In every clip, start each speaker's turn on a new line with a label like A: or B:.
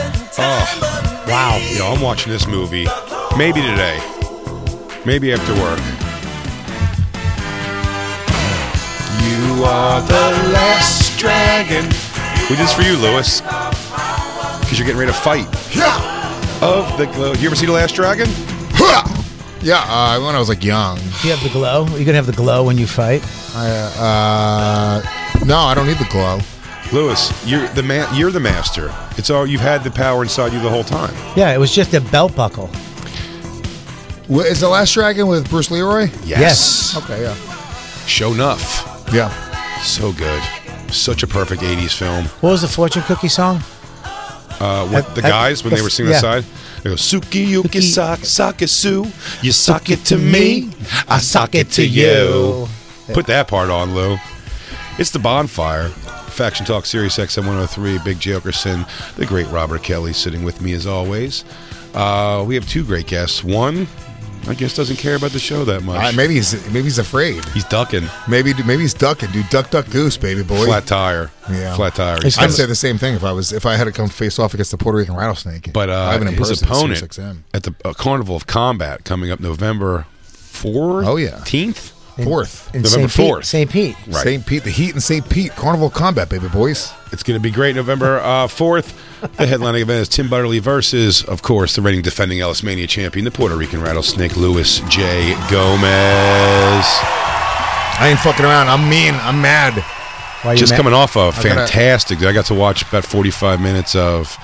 A: Oh, wow. You know, I'm watching this movie maybe today, maybe after work. You are the last dragon. We did this for you, Lewis. Because you're getting ready to fight.
B: Yeah.
A: Of the glow. You ever see The Last Dragon?
B: Yeah, uh, when I was like young.
C: Do you have the glow? Are you going to have the glow when you fight?
B: I, uh, uh, no, I don't need the glow.
A: Lewis, you're the man. You're the master. It's all you've had the power inside you the whole time.
C: Yeah, it was just a belt buckle.
B: Wh- Is the last dragon with Bruce Leroy?
C: Yes.
B: Okay, yeah,
A: Show enough.
B: yeah.
A: So good. Such a perfect '80s film.
C: What was the fortune cookie song?
A: Uh, what, the
C: I-
A: guys when they were singing
C: yeah.
A: the side, they go Suki Yuki
C: Suki-
A: Sak Sakisu. You suck it to me, I suck it to you. Put that part on, Lou. It's the bonfire. Faction Talk Series XM 103, Big J. Okerson, the great Robert Kelly sitting with me as always. Uh, we have two great guests. One, I guess, doesn't care about the show that much.
B: All right, Uh, maybe he's maybe he's afraid.
A: He's ducking.
B: Maybe maybe he's ducking, dude. Duck, duck, goose, baby boy.
A: Flat tire.
B: Yeah.
A: Flat tire.
C: It's
B: I'd say the same thing if I was if I had to come face off against the Puerto Rican rattlesnake.
A: But uh,
B: I have an
A: his
B: in-person
A: opponent
B: SiriusXM.
A: at the uh, Carnival of Combat coming up November 4th?
B: Oh, yeah.
A: 10th?
B: fourth,
C: In
A: November
C: St. Pete-
A: 4th.
C: St. Pete.
A: Right.
B: St. Pete, the Heat in St. Pete, Carnival Combat, baby boys.
A: It's going to be great November uh, 4th. The headlining event is Tim Butterly versus, of course, the reigning defending Ellis Mania champion, the Puerto Rican rattlesnake, Luis J. Gomez.
B: I ain't fucking around. I'm mean. I'm mad.
C: Why you
A: Just
C: ma-
A: coming off of
B: I gotta-
A: fantastic. I got to watch about 45 minutes of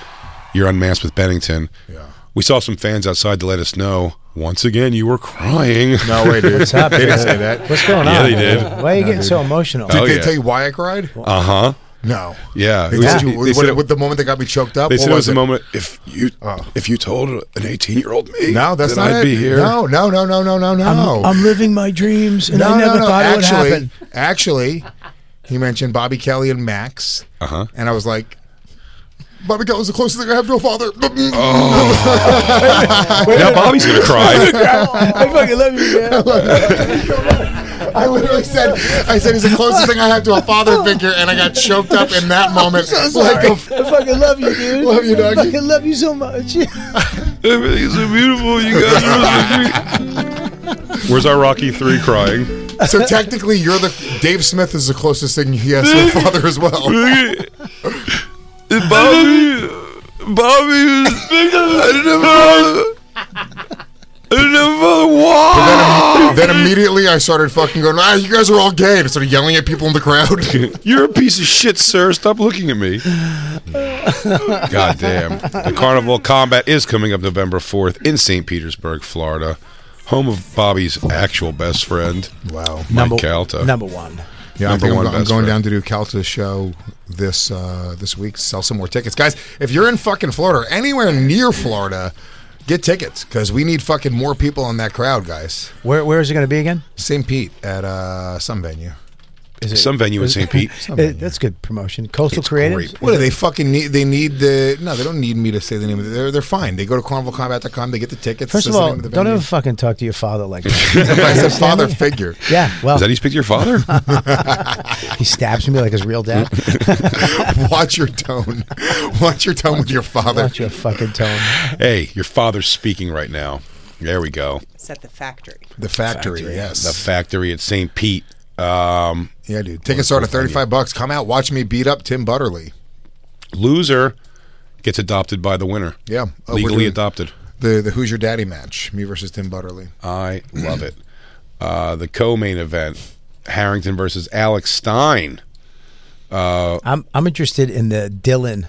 A: You're Unmasked with Bennington.
B: Yeah.
A: We saw some fans outside to let us know, once again, you were crying.
B: No way, dude.
C: What's up,
B: they didn't
C: dude?
B: say that.
C: What's going on?
A: Yeah, they did.
C: Why are you getting so emotional?
B: Did
A: Oh,
B: they
A: yeah.
B: tell you why I cried?
A: Uh huh.
B: No.
A: Yeah.
B: They
A: It was-
B: told you
A: they
B: what-
A: said it-
B: what the moment that got me choked up.
A: They
B: What
A: said it Ah. was
B: it?
A: the moment if you
B: Oh.
A: if you told an eighteen year old me
B: No, that's
A: that
B: not
A: I'd
B: it.
A: be here.
B: No, no, no, no, no, no, no.
C: living my dreams, and
B: no,
C: I never
B: no, no.
C: thought it
B: actually,
C: would happen.
B: Actually, he mentioned Bobby Kelly and Max,
A: Uh-huh.
B: and I was like, Bobby Kelly was the closest thing I have to a father.
A: Oh. Now Bobby's gonna cry.
C: I fucking love you, man.
B: I literally said, I said he's the closest thing I have to a father figure, and I got choked up in that moment. like a f-
C: I fucking love you, dude.
B: Love you, doggy.
C: I fucking love you so much.
A: Everything's so beautiful. You guys are so sweet. Where's our Rocky Three crying?
B: so technically, you're the Dave Smith is the closest thing he has to a father as well.
A: Bobby, Bobby was I didn't have I didn't
B: Then immediately I started fucking going, ah, you guys are all gay. And I started yelling at people in the crowd.
A: You're a piece of shit, sir. Stop looking at me. God damn. The Carnival Combat is coming up November 4th in St. Petersburg, Florida, home of Bobby's actual best friend,
B: wow.
A: Mike Calta.
C: number one.
B: Yeah, I
A: Number
B: think
A: one
B: I'm, I'm
A: best
B: going down
A: friend.
B: to do Calta's show this uh, this week. Sell some more tickets, guys. If you're in fucking Florida or anywhere near Florida, get tickets because we need fucking more people in that crowd, guys.
C: Where Where is it going to be again?
B: St. Pete at uh, some venue.
C: Is
A: Some venue in St. Pete.
C: Uh, that's good promotion. Coastal
A: It's
C: Creative.
A: great.
B: What do they fucking need? They need the no. They don't need me to say the name of it. They're they're fine. They go to carnivalcombat.com. They get the tickets.
C: First
B: says
C: of
B: the
C: all,
B: name the
C: don't
B: venue.
C: ever fucking talk to your father like that.
B: If I said father figure.
C: yeah, well,
A: Is that how you speak to your father?
C: he stabs me like his real dad.
B: Watch your tone. Watch your tone with your father.
C: Watch your fucking tone.
A: hey, your father's speaking right now. There we go.
D: It's at the factory.
B: The factory. Yes.
A: The factory at St. Pete. Um,
B: yeah, dude. Tickets start at thirty-five bucks. Come out. Watch me beat up Tim Butterly.
A: loser gets adopted by the winner.
B: Yeah. Oh, we're
A: legally
B: doing-
A: adopted.
B: The the Who's Your Daddy match. Me versus Tim Butterly.
A: I love it. Uh, the co-main event: Harrington versus Alex Stein.
C: I'm I'm interested in the Dylan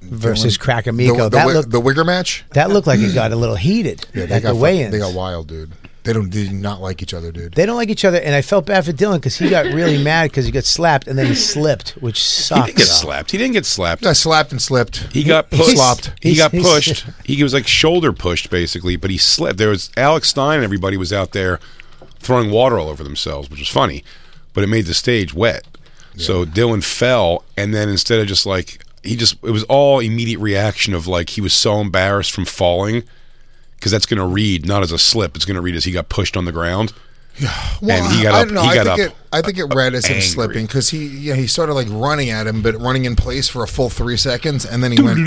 C: versus Cracker
B: The, the,
C: Miko. That
B: wi-
C: looked
B: the Wigger match.
C: that looked like it got a little heated at the
B: got fucking-
C: weigh-ins.
B: They got wild, dude. They don't. They do not like each other, dude.
C: They don't like each other, and I felt bad for Dylan because he got really mad because he got slapped and then he slipped, which
A: He
C: sucks.
A: didn't get slapped. He didn't get slapped.
B: I slapped and slipped.
A: He got
C: He
A: pushed.
C: slopped.
A: He
C: He's-
A: got
C: he's-
A: pushed. He was like shoulder pushed basically, but he slipped. There was Alex Stein and everybody was out there throwing water all over themselves, which was funny, but it made the stage wet. So Dylan fell, and then instead of just like he just it was all immediate reaction of like he was so embarrassed from falling because that's going to read not as a slip. It's going to read as he got pushed on the ground. and he got
B: I
A: up.
B: don't know.
A: He
B: I
A: got
B: think
A: up.
B: It, I think it read as him
A: angry.
B: slipping because he yeah he started like running at him, but running in place for a full three seconds, and then he went.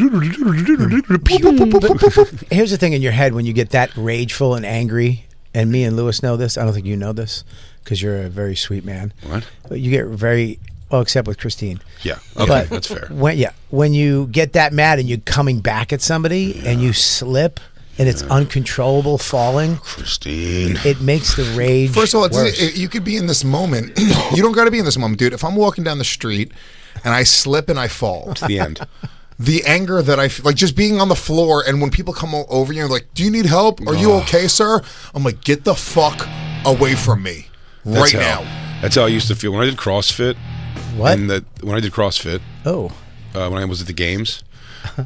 C: Here's the thing in your head when you get that rageful and angry, and me and Lewis know this. I don't think you know this because you're a very sweet man.
A: What?
C: You get very well, except with Christine.
A: Yeah. Okay,
C: But
A: that's fair.
C: When yeah, when you get that mad and you're coming back at somebody and you slip and it's uncontrollable falling,
A: Christine.
C: it makes the rage.
B: First of all,
C: worse.
B: it's, it, you could be in this moment. you don't got to be in this moment, dude. If I'm walking down the street and I slip and I fall,
A: The end.
B: the anger that I f- like just being on the floor, and when people come o- over you, and like, "Do you need help? Are you okay, sir?" I'm like, "Get the fuck away from me
A: That's
B: right
A: how-
B: now."
A: That's how I used to feel when I did CrossFit.
C: What?
A: And that when I did CrossFit,
C: oh,
A: uh, when I was at the games,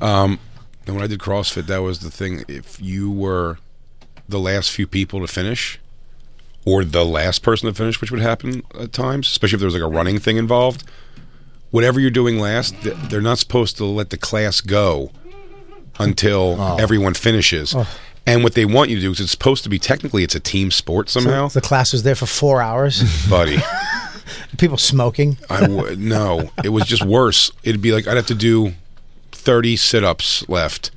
A: um, and when I did CrossFit, that was the thing. If you were the last few people to finish, or the last person to finish, which would happen at times, especially if there was like a running thing involved, whatever you're doing last, th- they're not supposed to let the class go until everyone finishes. And what they want you to do is it's supposed to be technically it's a team sport somehow,
C: the class was there for four hours.
A: buddy.
C: People smoking.
A: I would no. It was just worse. It'd be like I'd have to do thirty sit-ups left,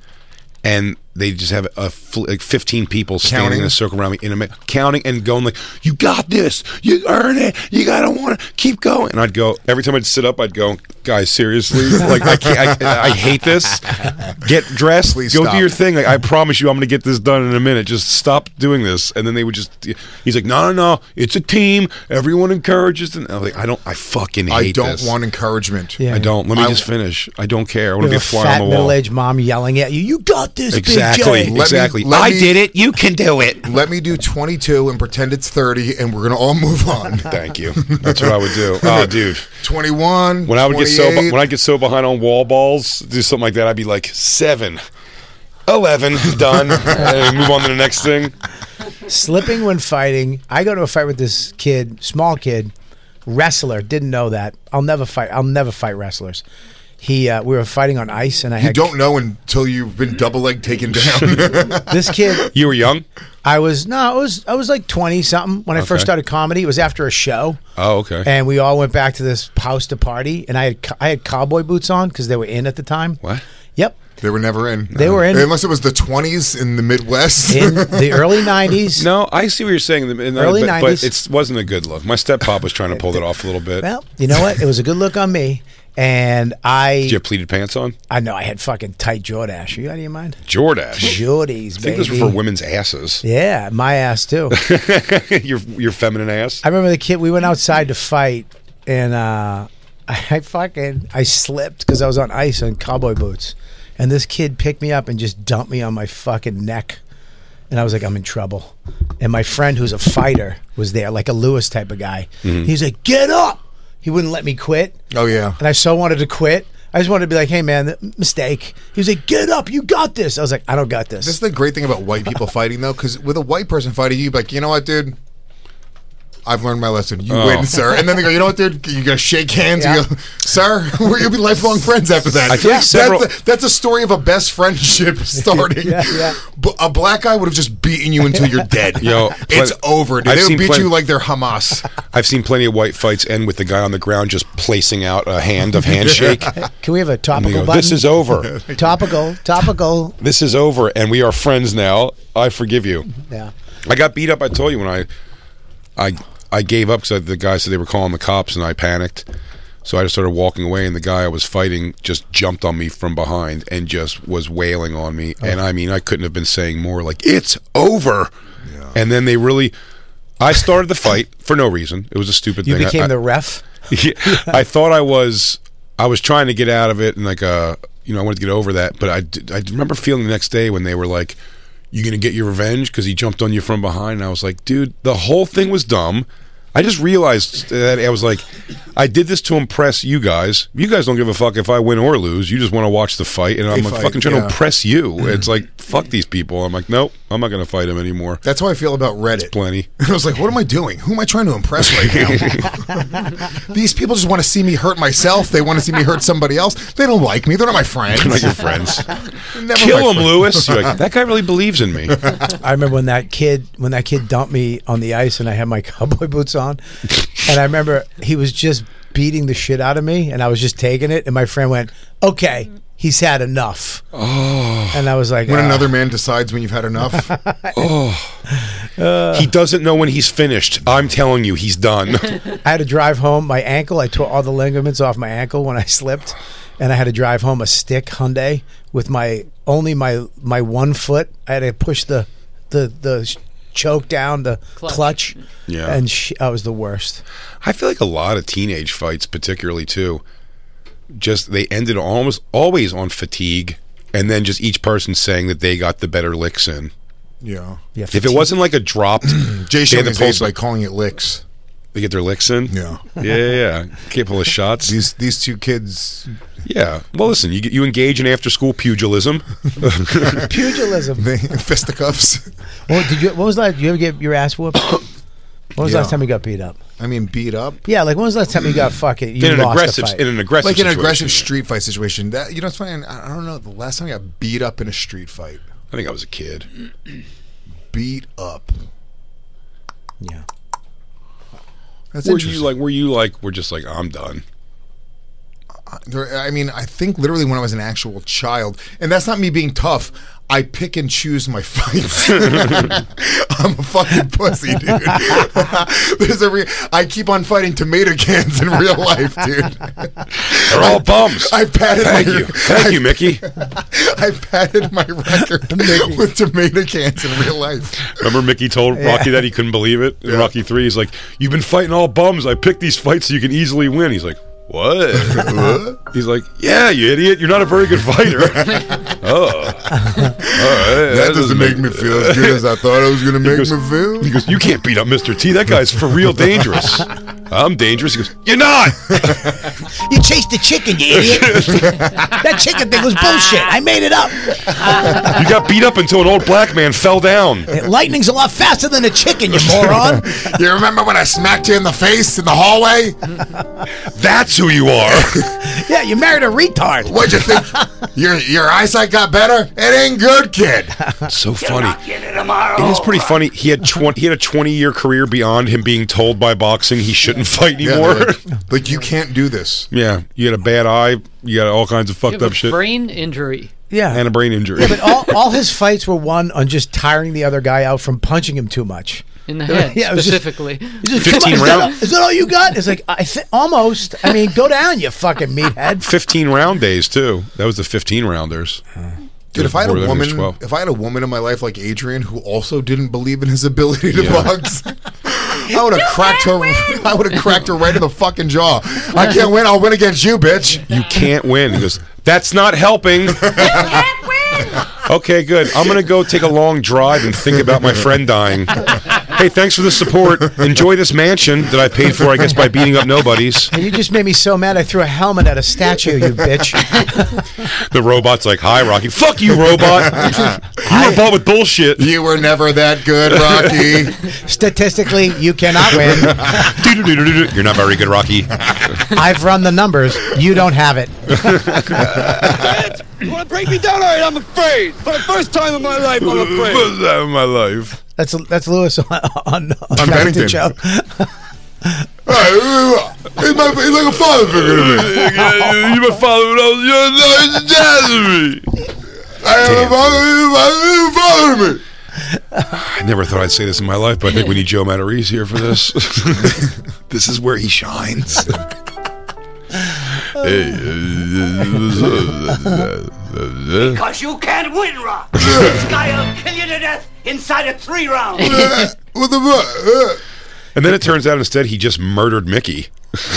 A: and they just have a fl- like fifteen people standing
B: Counting?
A: in a circle around me, in a minute, counting and going like, "You got this. You earn it. You gotta want to keep going." And I'd go every time I'd sit up, I'd go, "Guys, seriously, like I can't. I, I hate this. Get dressed.
B: Please
A: go
B: stop.
A: do your thing. Like I promise you, I'm gonna get this done in a minute. Just stop doing this." And then they would just. He's like, "No, no, no. It's a team. Everyone encourages." And I'm like, "I don't. I fucking hate
B: I don't
A: this.
B: want encouragement.
C: Yeah.
A: I don't. Let me
B: I-
A: just finish. I don't care. I want to
C: You
A: be a
C: have
A: fly
C: fat
A: on the wall.
C: middle-aged mom yelling at you. You got this, Big J.
A: Exactly.
B: Let me-
A: exactly.
B: let
A: I
B: me-
A: did it. You can do it.
B: Let me do 22 and pretend it's 30, and we're gonna all move on.
A: Thank you. That's what I would do. Oh, dude.
B: 21.
A: When I would get so
B: 28.
A: when I get so behind on wall balls, do something like that. I'd be like seven. 11 done and move on to the next thing
C: Slipping when fighting. I go to a fight with this kid, small kid, wrestler. Didn't know that. I'll never fight. I'll never fight wrestlers. He, uh, we were fighting on ice, and I
B: you
C: had
B: don't know until you've been double leg taken down.
C: this kid.
A: you were young
C: I was no, I was I was like twenty something when I
A: Okay.
C: first started comedy. It was after a show.
A: oh okay
C: and we all went back to this house to party, and I had co- I had cowboy boots on because they were in at the time.
A: what
C: Yep,
B: they were never in.
C: They were in.
B: Unless it was the 20s in the Midwest.
C: in the early nineties.
A: no i see what you're saying and I-
C: Early
A: but, but
C: 90s.
A: it wasn't a good look my step pop was trying to pull it off a little bit
C: Well, you know what? It was a good look on me, and I
A: did you have pleated pants on
C: I know I had fucking tight Jordache. Are you out of your mind?
A: jordash
C: Jordies,
A: i think those were
C: baby.
A: for women's asses
C: Yeah, my ass too.
A: your, your feminine ass
C: I remember the kid. We went outside to fight, and uh, I fucking I slipped because I was on ice in cowboy boots, and this kid picked me up and just dumped me on my fucking neck, and I was like, I'm in trouble. And my friend, who's a fighter, was there, like a Lewis type of guy.
A: Mm-hmm.
C: He's like, Get up! He wouldn't let me quit,
B: oh, yeah.
C: and I so wanted to quit. I just wanted to be like, Hey man, th- mistake. He was like, Get up! You got this. I was like, I don't got this.
B: This is the great thing about white people fighting, though, because with a white person fighting you, you'd be like, you know what, dude? I've learned my lesson. You
C: Oh.
B: win, sir. And then they go, you know what, dude? You're going to shake hands. You go, sir, we're, you'll be lifelong friends after that.
A: I feel like
B: That's
A: several-
B: the- that's, a, story of a best friendship starting. But a black guy would have just beaten you until you're dead.
A: Yo, plen-
B: it's over. Dude.
A: I've
B: They'll
A: seen
B: beat
A: plenty-
B: you like they're Hamas.
A: I've seen plenty of white fights end with the guy on the ground just placing out a hand of handshake. and
C: Can we have a
A: they
C: topical
A: go,
C: button?
A: this is over.
C: topical. Topical.
A: This is over, and we are friends now. I forgive you.
C: Yeah.
A: I got beat up. I told you when I, I, I gave up because the guy said they were calling the cops, and I panicked. So I just started walking away, and the guy I was fighting just jumped on me from behind and just was wailing on me.
C: Oh.
A: And I mean, I couldn't have been saying more. Like it's over. And then they really, I started the fight for no reason. It was a stupid
C: You
A: thing. I-
C: became
A: I-
C: the ref.
A: yeah, I thought I was I was trying to get out of it and like uh you know I wanted to get over that, but I did- I remember feeling the next day when they were like you going to get your revenge cuz he jumped on you from behind and I was like, dude, the whole thing was dumb. I just realized that I was like I did this to impress you guys. You guys don't give a fuck if I win or lose. You just want to watch the fight and I'm
B: fight,
A: fucking trying
B: yeah. Mm-hmm.
A: to impress you. It's like fuck these people. I'm like, nope, I'm not going to fight him anymore.
B: That's how I feel about Reddit.
A: Plenty.
B: And I was like, what am I doing? Who am I trying to impress right now? These people just want to see me hurt myself. They want to see me hurt somebody else. They don't like me. They're not my friends.
A: Not your friends.
B: Never my
A: Kill him,
B: friend.
A: Lewis. You're like, that guy really believes in me.
C: I remember when that kid when that kid dumped me on the ice and I had my cowboy boots on, and I remember he was just beating the shit out of me and I was just taking it and my friend went, "Okay, he's had enough." Oh. And I was like,
B: When
C: "Ah."
B: another man decides when you've had enough.
A: He doesn't know when he's finished. I'm telling you, he's done.
C: I had to drive home my ankle. I tore all the ligaments off my ankle when I slipped, and I had to drive home a stick Hyundai with my only my my one foot. I had to push the the the sh- choke down the clutch,
A: Yeah.
C: and sh- I was the worst.
A: I feel like a lot of teenage fights, particularly too, just they ended almost always on fatigue, and then just each person saying that they got the better licks in.
B: yeah.
C: Yeah,
A: If it wasn't like a dropped, they
B: Jay
A: had
B: Shannon
A: to pull
B: is like calling it licks.
A: they get their licks in.
B: Yeah.
A: yeah, yeah. yeah. Can't pull the shots.
B: These these two kids,
A: Yeah. Well, listen, you you engage in after school pugilism.
C: pugilism.
B: they fisticuffs.
C: Well, did you? What was that? You ever get your ass whooped? When was the
B: Yeah.
C: last time you got beat up?
B: I mean, beat up.
C: Yeah, like when was the last time you got fucking you
A: in an
C: lost
A: aggressive
C: a fight?
A: in an aggressive
B: Like an
A: situation.
B: aggressive street fight situation. That you know, it's funny. I I don't know. The last time I got beat up in a street fight,
A: I think I was a kid.
B: beat up.
C: yeah.
B: That's
A: Were
B: interesting.
A: you like? Were you like? We're just like I'm done.
B: There, I mean, I think literally when I was an actual child, and that's not me being tough. I pick and choose my fights. I'm a fucking pussy, dude. There's a re- I keep on fighting tomato cans in real life, dude.
A: They're all bums.
B: I patted
A: Thank
B: my
A: you, thank you, Mickey.
B: I padded my record with tomato cans in real life.
A: Remember, Mickey told Rocky that he couldn't believe it. In Rocky Three, he's like, "You've been fighting all bums. I picked these fights so you can easily win." He's like, "What?" he's like, "Yeah, you idiot. You're not a very good fighter." oh, all right.
B: That doesn't make me feel as good as I thought it was going to make
A: goes-
B: me feel.
A: He goes, "You can't beat up Mr. T. That guy's for real dangerous." I'm dangerous. He goes, "You're not."
C: You chased the chicken, you idiot. that chicken thing was bullshit. I made it up.
A: You got beat up until an old black man fell down.
C: Lightning's a lot faster than a chicken, you moron.
B: You remember when I smacked you in the face in the hallway?
A: That's who you are.
C: yeah, you married a retard.
B: What'd you think? Your your eyesight got better? It ain't good, kid.
A: so funny. It is pretty funny. He had 20, he had a twenty year career beyond him being told by boxing he shouldn't fight
B: Yeah,
A: anymore. Yeah,
B: they're like, like, you can't do this.
A: you had a bad eye. You got all kinds of
D: You
A: fucked
D: have
A: up
D: a
A: shit
D: brain injury.
C: Yeah.
A: and a brain injury.
C: but all, all his fights were won on just tiring the other guy out from punching him too much.
D: In the head,
C: Yeah, it was just-
D: specifically.
C: He's just, "Come
A: 15
C: is that-
A: rounds.
C: Is that all you got? It's like, I th- almost. I mean, go down, you fucking meathead.
A: fifteen round days too. That was the fifteen rounders.
B: Dude, if I had
A: Before
B: a
A: that, he was
B: woman,
A: 12.
B: if I had a woman in my life like Adrian who also didn't believe in his ability to box, I would have cracked her. I would have cracked her right in the fucking jaw. I can't win. I'll win against you, bitch.
A: you can't win. He goes, that's not helping. okay, good. I'm gonna go take a long drive and think about my friend dying. hey, thanks for the support. Enjoy this mansion that I paid for, I guess, by beating up nobodies.
C: And you just made me so mad I threw a helmet at a statue, you bitch.
A: The robot's like, hi, Rocky. Fuck you, robot. you were bought with bullshit.
B: You were never that good, Rocky.
C: Statistically, you cannot win.
A: Do-do-do-do-do. You're not very good, Rocky.
C: I've run the numbers. You don't have it.
D: You want to break me down? All right, I'm afraid. For the first time in my life, I'm afraid.
A: that my life.
C: That's that's Lewis on on, on, Bennington
B: On Bennington.
C: show.
B: he's, my, he's like a father figure to me.
A: you were following us. You're
B: I have a father, he's my father to me.
A: I never thought I'd say this in my life, but I think we need Joe Matarese here for this. this is where he shines. uh, Hey, uh,
E: Because you can't win, Rock. this guy will kill you to death inside of three rounds.
B: What the fuck? Uh,
A: And then it turns out instead he just murdered Mickey.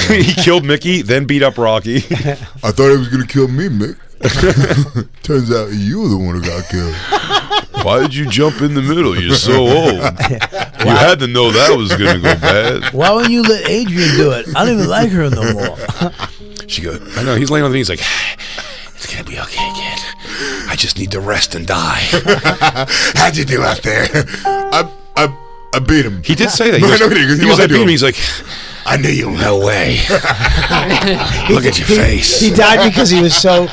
A: he killed Mickey, then beat up Rocky.
B: I thought he was going to kill me, Mick. Turns out you were the one who got killed.
A: Why did you jump in the middle? You're so old. You had to know that was going to go bad.
C: Why won't you let Adrian do it? I don't even like her no more.
A: She goes, I know. He's laying on the knees like, it's going to be okay, kid. I just need to rest and die.
B: How'd you do out there? I, I, I beat him.
A: He did say that. He
B: No,
A: goes,
B: I know he did, 'cause
A: he
B: he
A: goes,
B: lied
A: I
B: to
A: beat him.
B: him.
A: He's like,
B: I knew you.
A: no way. Look at your
C: He-
A: face.
C: He died because he was so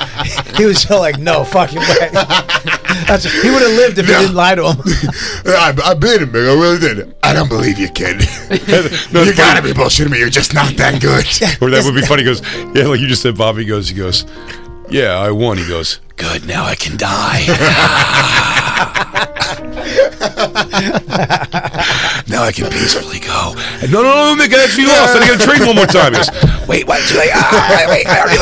C: he was so like no fucking way. That's, he would have lived if you
B: No.
C: didn't lie to him.
B: I, I beat him, Mick. I really did. I don't believe you, kid.
A: No,
B: you
A: it's
B: gotta
A: funny.
B: be bullshitting me. You're just not that good.
A: Or that would be funny. He goes, yeah, like you just said, Bobby goes, he goes, yeah, I won. He goes, good, now I can die. now I can peacefully go. No, no, no, Mick, I actually lost. I got to train one more time. He goes, wait, why did you like, ah, wait, I already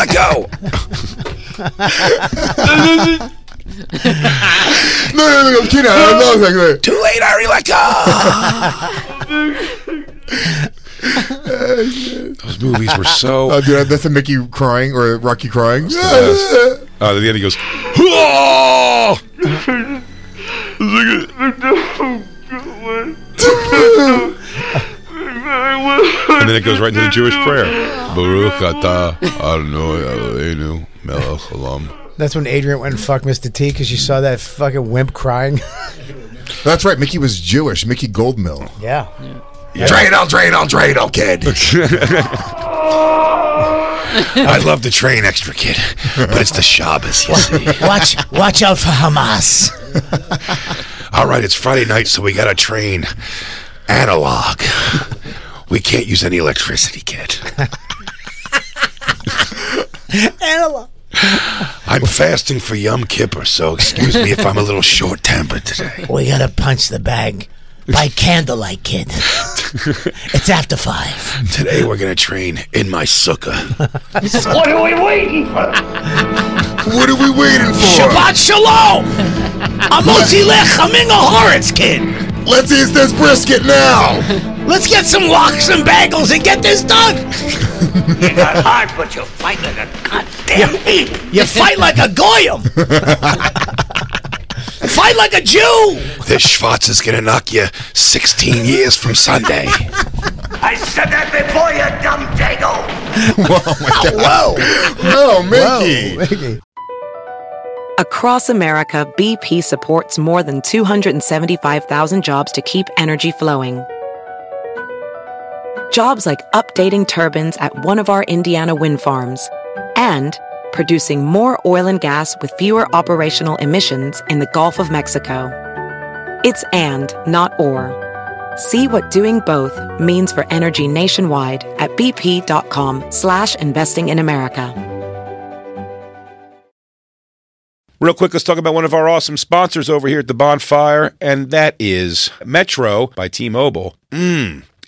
A: let go.
B: no, no, no, I'm kidding. I don't know exactly.
A: Too late, I already let go. Those movies were so.
B: Oh, dude, that's a Mickey crying or a Rocky crying.
A: best. Uh, at the end, he goes, "Hurrah!" Look at it. and then it goes right into the Jewish prayer. Baruch atah Adonai Eloheinu melech haolam.
C: That's when Adrian went and fucked Mr. T because she saw that fucking wimp crying.
B: That's right. Mickey was Jewish. Mickey Goldmill.
C: Yeah.
B: Drain on, drain on, drain on, kid.
A: I'd love to train extra kid, but it's the Shabbos, you see.
C: Watch watch out for Hamas.
A: All right, it's Friday night, so we gotta train analog. We can't use any electricity, kid.
C: Analog.
A: I'm fasting for Yom Kippur, so excuse me if I'm a little short tempered today.
C: We gotta punch the bag by candlelight, kid. it's after five.
A: Today we're gonna train in my sukkah.
E: what are we waiting for?
B: what are we waiting for?
C: Shalom. Amotzi lechamin horitz, kid.
B: Let's eat this brisket now.
C: Let's get some lox and bagels and get this done.
E: You got heart, but you fight like a goddamn ape.
C: You fight like a goyim. fight like a Jew.
A: This Schwartz is gonna knock you 16 years from Sunday.
E: I said that before, you dumb dago.
B: Oh, Mickey.
F: Across America, BP supports more than 275,000 jobs to keep energy flowing. Jobs like updating turbines at one of our Indiana wind farms and producing more oil and gas with fewer operational emissions in the Gulf of Mexico. It's and, not or. See what doing both means for energy nationwide at bp.com slash investing in America.
A: Real quick, let's talk about one of our awesome sponsors over here at the bonfire, and that is Metro by T Mobile. Mmm.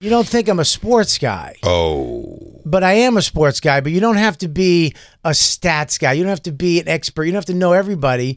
C: You don't think I'm a sports guy,
A: Oh.
C: but I am a sports guy, but you don't have to be a stats guy. You don't have to be an expert. You don't have to know everybody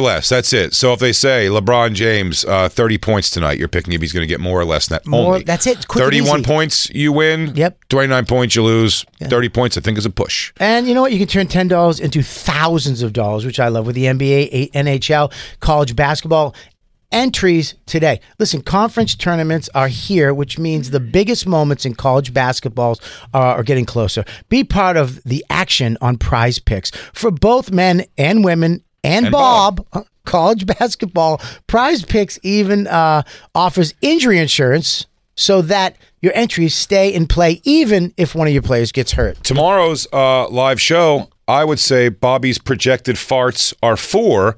A: less. That's it. So if they say LeBron James, uh, 30 points tonight, you're picking if he's going to get more or less than that.
C: More-
A: only.
C: that's it. Quick and
A: 31
C: easy.
A: points, you win.
C: Yep.
A: 29 points, you lose. 30 points, I think, is a push.
C: And you know what? You can turn ten dollars into thousands of dollars, which I love with the NBA, A- NHL, college basketball entries today. Listen, conference tournaments are here, which means the biggest moments in college basketballs are, are getting closer. Be part of the action on Prize Picks for both men and women and,
A: And
C: Bob. uh,
A: Bob.
C: College basketball prize picks even uh, offers injury insurance so that your entries stay in play even if one of your players gets hurt.
A: Tomorrow's uh, live show, I would say Bobby's projected farts are four.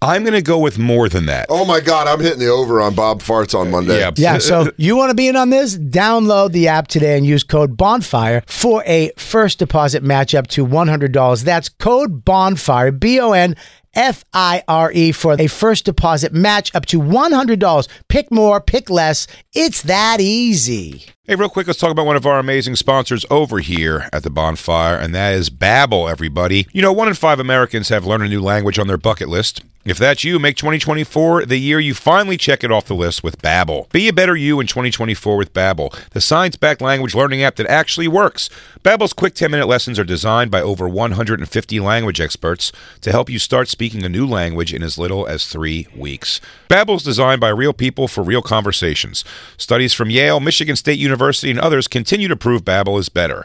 A: I'm going to go with more than that.
G: Oh my God, I'm hitting the over on Bob Farts on Monday.
A: Yeah. uh,
C: Yeah, so you want to be in on this? Download the app today and use code BONFIRE for a first deposit match up to $100. That's code BONFIRE, B O N F I R E, for a first deposit match up to $100. Pick more, pick less. It's that easy.
A: Hey, real quick, let's talk about one of our amazing sponsors over here at the bonfire, and that is Babbel, everybody. You know, one in five Americans have learned a new language on their bucket list. If that's you, make 2024 the year you finally check it off the list with Babbel. Be a better you in 2024 with Babbel, the science-backed language learning app that actually works. Babbel's quick 10-minute lessons are designed by over 150 language experts to help you start speaking a new language in as little as 3 weeks. Babbel's designed by real people for real conversations. Studies from Yale, Michigan State University, and others continue to prove Babbel is better.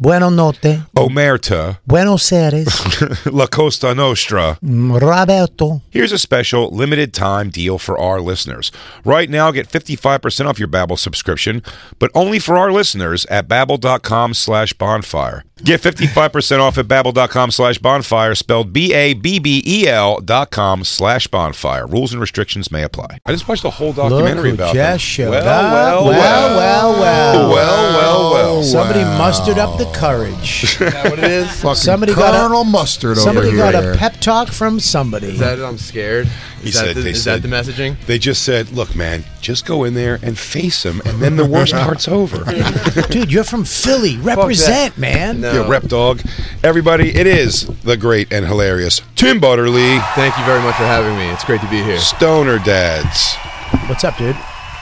C: Buono notte.
A: Omerta,
C: Buenos Aires.
A: La Costa Nostra.
C: Roberto.
A: Here's a special limited time deal for our listeners. Right now, get 55% off your Babbel subscription, but only for our listeners at babbel.com slash bonfire. Get 55% off at babbel.com slash bonfire, spelled B-A-B-B-E-L E dot com slash bonfire. Rules and restrictions may apply. I just watched the whole documentary
C: who just
A: about them.
C: showed
A: well,
C: up.
A: Well,
C: Well,
A: well,
C: well, well.
A: well, well, well.
C: Oh, Somebody mustered up the courage.
H: what it is?
B: Fucking
C: Somebody got a-
B: Colonel Mustard
C: Somebody
B: over
C: got
B: here.
C: a pep talk from somebody.
H: Is that I'm scared? Is,
A: He
H: that,
A: said-
H: the,
A: they
H: is
A: said-
H: that the messaging?
A: They just said, look, man, just go in there and face them, and then the worst part's over.
C: Dude, you're from Philly. Represent, man.
H: No.
A: Your rep dog. Everybody, it is the great and hilarious Tim Butterly,
H: Thank you very much for having me. It's great to be here.
A: Stoner Dads.
C: What's up, dude?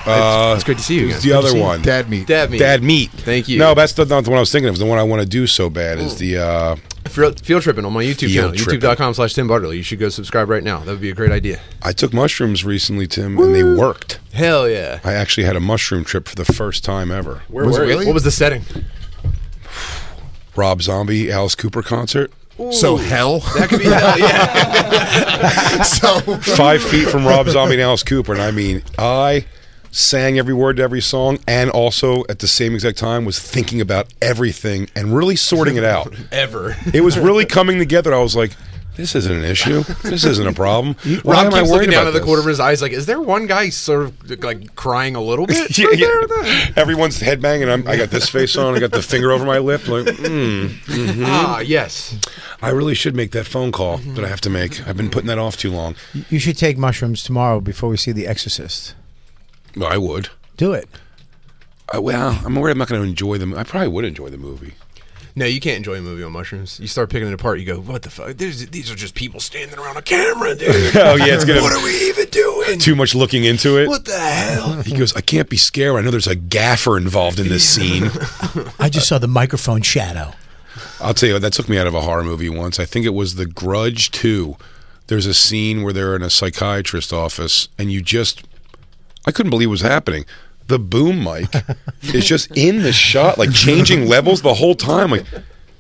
H: Uh, it's, great to see you
A: Who's
H: again.
A: the other one?
B: Dad meat.
H: Dad meat.
A: Dad Meat.
H: Thank you.
A: No, that's the, not the one I was thinking of. The one I want to do so bad is the. uh
H: Field, field tripping on my YouTube
A: Field
H: channel,
A: tripping.
H: youtube.com slash Tim Butterly. You should go subscribe right now. That would be a great idea.
A: I took mushrooms recently, Tim, and they worked.
H: Hell yeah.
A: I actually had a mushroom trip for the first time ever.
H: Where
B: Was it
H: were you?
B: really?
H: What was the setting?
A: Rob Zombie, Alice Cooper concert.
B: So hell.
H: That could be hell yeah.
B: so
A: Five feet from Rob Zombie and Alice Cooper, and I mean, I sang every word to every song, and also at the same exact time was thinking about everything and really sorting it out.
H: Ever.
A: It was really coming together. I was like, this isn't an issue. This isn't a problem. Why
H: Rob
A: am I
H: keeps
A: worried
H: looking down
A: about
H: at the
A: this?
H: corner of his eyes, like, is there one guy sort of like crying a little bit?
A: yeah, Mm-hmm.
H: right there with that?
A: yeah. Everyone's headbanging. I'm, I got this face on. I got the finger over my lip. Like, mm,
H: Ah, yes.
A: I really should make that phone call that I have to make. I've been putting that off too long.
C: You should take mushrooms tomorrow before we see The Exorcist.
A: Well, I would.
C: Do it.
A: I, well, I'm worried I'm not going to enjoy the. mo- I probably would enjoy the movie.
H: No, you can't enjoy a movie on mushrooms. You start picking it apart. You go, what the fuck? There's, these are just people standing around a camera, dude.
A: Oh, yeah, it's gonna-
H: What are we even doing?
A: Too much looking into it.
H: What the hell?
A: He goes, I can't be scared. I know there's a gaffer involved in this scene.
C: I just saw the microphone shadow.
A: I'll tell you, what, that took me out of a horror movie once. I think it was The Grudge 2. There's a scene where they're in a psychiatrist office, and you just, I couldn't believe what was happening. The boom mic is just in the shot, like changing levels the whole time. Like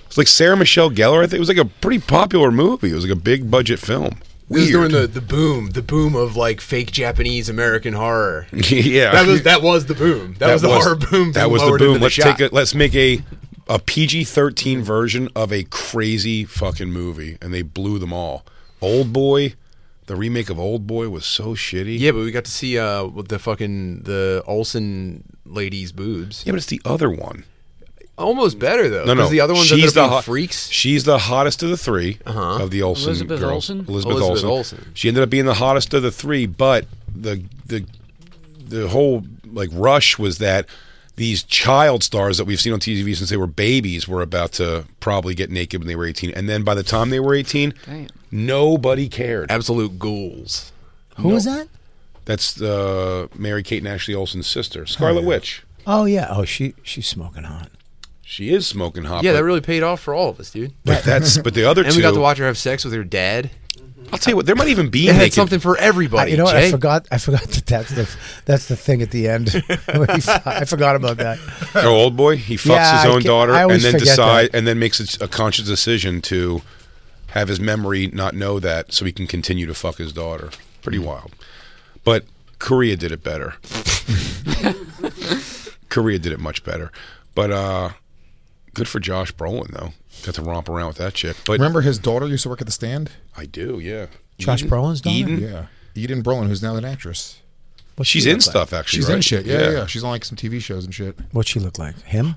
A: it's like Sarah Michelle Gellar. I think it was like a pretty popular movie. It was like a big budget film.
H: This is during
A: Weird.
H: the, the boom, the boom of like fake Japanese American horror.
A: yeah,
H: That was that was the boom. That, was the horror boom.
A: That
H: being
A: was the
H: lowered into
A: boom. Let's
H: shot.
A: take it. Let's make a a PG thirteen version of a crazy fucking movie, and they blew them all. Old Boy, the remake of Old Boy was so shitty.
H: Yeah, but we got to see uh with the fucking the Olsen lady's boobs.
A: yeah, but it's the other one.
H: Almost better though.
A: No, no,
H: 'cause the other ones
A: she's
H: ended up
A: the
H: being
A: hot-
H: freaks. Uh-huh.
A: She's the hottest of the three of the Olsen
I: Elizabeth
A: girls.
I: Olsen?
A: Elizabeth,
H: Elizabeth
A: Olsen.
H: Olsen.
A: She ended up being the hottest of the three, but the the the whole like rush was that these child stars that we've seen on TV since they were babies were about to probably get naked when they were 18, and then by the time they were 18,
I: Damn.
A: nobody cared.
H: Absolute ghouls.
C: Who was that?
A: That's uh, Mary Kate and Ashley Olsen's sister, Scarlet Witch.
C: Oh yeah. Oh, she she's smoking hot.
A: She is smoking hot.
H: Yeah,
A: but,
H: that really paid off for all of us, dude.
A: but that's but the other
H: And
A: two.
H: we got to watch her have sex with her dad.
A: I'll tell you what, there might even be
H: It had
A: naked-
H: something for
C: I,
H: everybody.
C: you know what?
H: Jay.
C: I forgot. I forgot that that's the that's the thing at the end. I forgot about that.
A: Oh, old boy, he fucks
C: Yeah,
A: his
C: I
A: own
C: ca-
A: daughter
C: I
A: and
C: always
A: then
C: forget
A: decide
C: that.
A: and then makes a, a conscious decision to have his memory not know that so he can continue to fuck his daughter. Pretty wild. But Korea did it better. Korea did it much better. But uh good for Josh Brolin though. Got to romp around with that chick. But
B: Remember his daughter used to work at the stand?
A: I do, yeah.
C: Josh
A: Eden?
C: Brolin's daughter?
A: Eden?
B: Yeah. Eden Brolin, who's now an actress.
C: What's
A: She's
C: she
A: in
C: look like?
A: stuff actually.
B: She's in
A: right?
B: shit. Yeah, yeah, yeah. She's on like some TV shows and shit.
C: What's she look like? Him?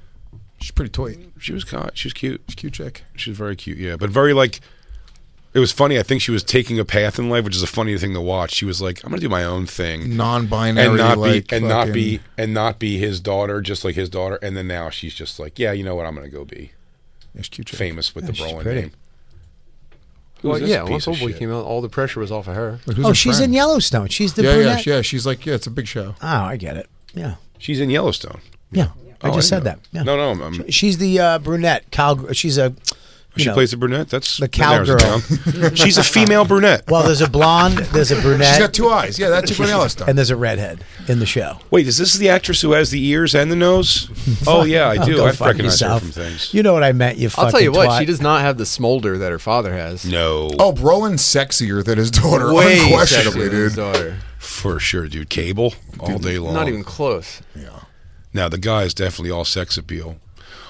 B: She's pretty toy.
A: She was caught. She was cute.
B: Cute chick.
A: She's very cute, yeah. But very like it was funny. I think she was taking a path in life, which is a funny thing to watch. She was like, "I'm gonna do my own
C: Mm,
A: thing,
B: Non-binary,
A: and not
B: like,
A: be and not be
B: fucking-
A: and not be his daughter, just like his daughter." And then now she's just like, "Yeah, you know what? I'm gonna go be
B: Yeah, she's a cute chick.
A: famous with the
C: she's
A: Brolin
C: pretty.
A: name."
H: Well,
A: Who's this
H: yeah,
A: piece
H: once
A: of
H: Old Boy
A: shit?
H: came out, all the pressure was off of her.
B: Like, who's
C: oh,
B: her
C: she's
B: friend?
C: in Yellowstone. She's the
B: Yeah, yeah,
C: brunette.
B: yeah. She's like, yeah, it's a big show.
C: Oh, I get it. Yeah.
A: She's in Yellowstone.
C: Yeah. I
A: Oh,
C: just
A: I
C: said
A: know.
C: that. Yeah.
A: No, no, I'm- I'm-
C: she's the uh, brunette. Cal. She's a. you
A: She
C: know.
A: plays the brunette. That's
C: The
A: that narrows it
C: cowgirl.
A: down. she's a female brunette.
C: Well, there's a blonde. There's a brunette.
B: She's got two eyes. Yeah, that chick went Yellowstone.
C: and there's a redhead in the show.
A: Wait, is this the actress who has the ears and the nose? oh yeah, I
C: Oh,
A: do.
C: go
A: I
C: fuck
A: recognize her
C: yourself.
A: from things.
C: You know what I meant? You.
H: I'll tell
C: fucking
H: you what, she
C: twat.
H: does not have the smolder that her father has.
A: No,
B: Oh, Brolin's sexier than his daughter,
H: Way
B: unquestionably,
H: sexier than his
B: dude.
H: daughter.
A: for sure, dude. Cable all day long.
H: Not even close.
A: Now the guy is definitely all sex appeal.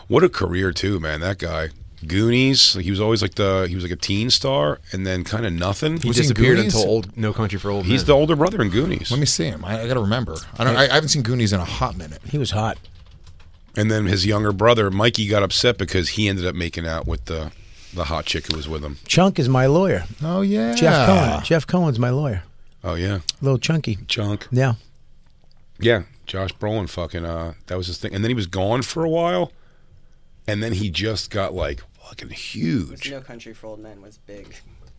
A: What a career too, man. That guy, Goonies. Like, he was always like the he was like a teen star, and then kind of nothing.
H: He
B: Was he in
H: disappeared
B: Goonies?
H: until old No Country for Old
A: He's
H: Men.
A: the older brother in Goonies,
B: Let me see him. I, I got to remember. I don't. I, I haven't seen Goonies in a hot minute.
C: He was hot.
A: and then his younger brother Mikey got upset because he ended up making out with the the hot chick who was with him.
C: Chunk is my lawyer.
B: Oh yeah,
C: Jeff Cohen. Jeff Cohen's my lawyer.
A: Oh yeah,
C: Little chunky.
A: junk.
C: Yeah.
A: Yeah, Josh Brolin fucking uh that was his thing. And then he was gone for a while. And then he just got like fucking huge.
J: No Country for Old Men was big.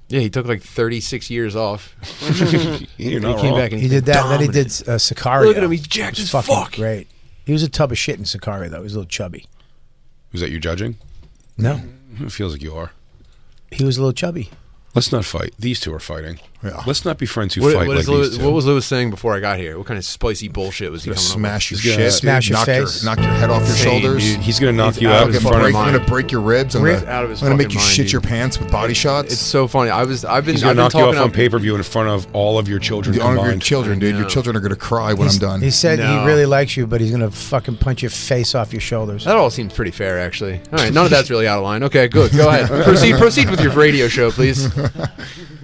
H: yeah, he took like 36 years off.
A: You're
H: He
A: not
H: came
A: wrong.
H: back and
C: He did that. and Then he did
H: dominated.
C: uh, Sicario.
H: Look at him, he's jacked
C: It was
H: as
C: fucking
H: fuck.
C: Great. He was a tub of shit in Sicario though. He was a little chubby.
A: Was that you judging?
C: No,
A: It feels like you are.
C: he was a little chubby.
A: Let's not fight. These two are fighting.
B: Yeah.
A: Let's not be friends who
H: What,
A: fight
H: what
A: like
H: is Louis-
A: these
H: what
A: two.
H: was Lewis saying before I got here? What kind of spicy bullshit was he
B: Gonna
H: coming
B: smash your
A: He's
B: shit,
A: gonna
B: dude.
C: smash your
B: knock
C: face.
B: Your, knock your head off your
H: Insane,
B: shoulders.
A: Dude, he's gonna knock
H: He's
A: you
H: out
A: out
H: of
A: in
H: his
A: front of
B: break,
H: mind.
B: I'm gonna break your ribs. I'm
H: Ribs
B: gonna,
H: out of his
B: I'm gonna make
H: fucking
B: you
H: mind,
B: shit
H: dude.
B: your pants with body
H: up?
B: shots.
H: It's so funny. I was I've been
A: He's gonna
H: I've been
A: knock you
H: talking
A: off on
H: up-
A: pay per view in front of all of your children
B: you honor your
A: combined.
B: children, dude. Your
H: know.
B: children are gonna cry when I'm done.
C: He said
H: No.
C: he really likes you, but he's gonna fucking punch your face off your shoulders.
H: That all seems pretty fair, actually. All right, none of that's really out of line. Okay, good. Go ahead. proceed. Proceed with your radio show, please.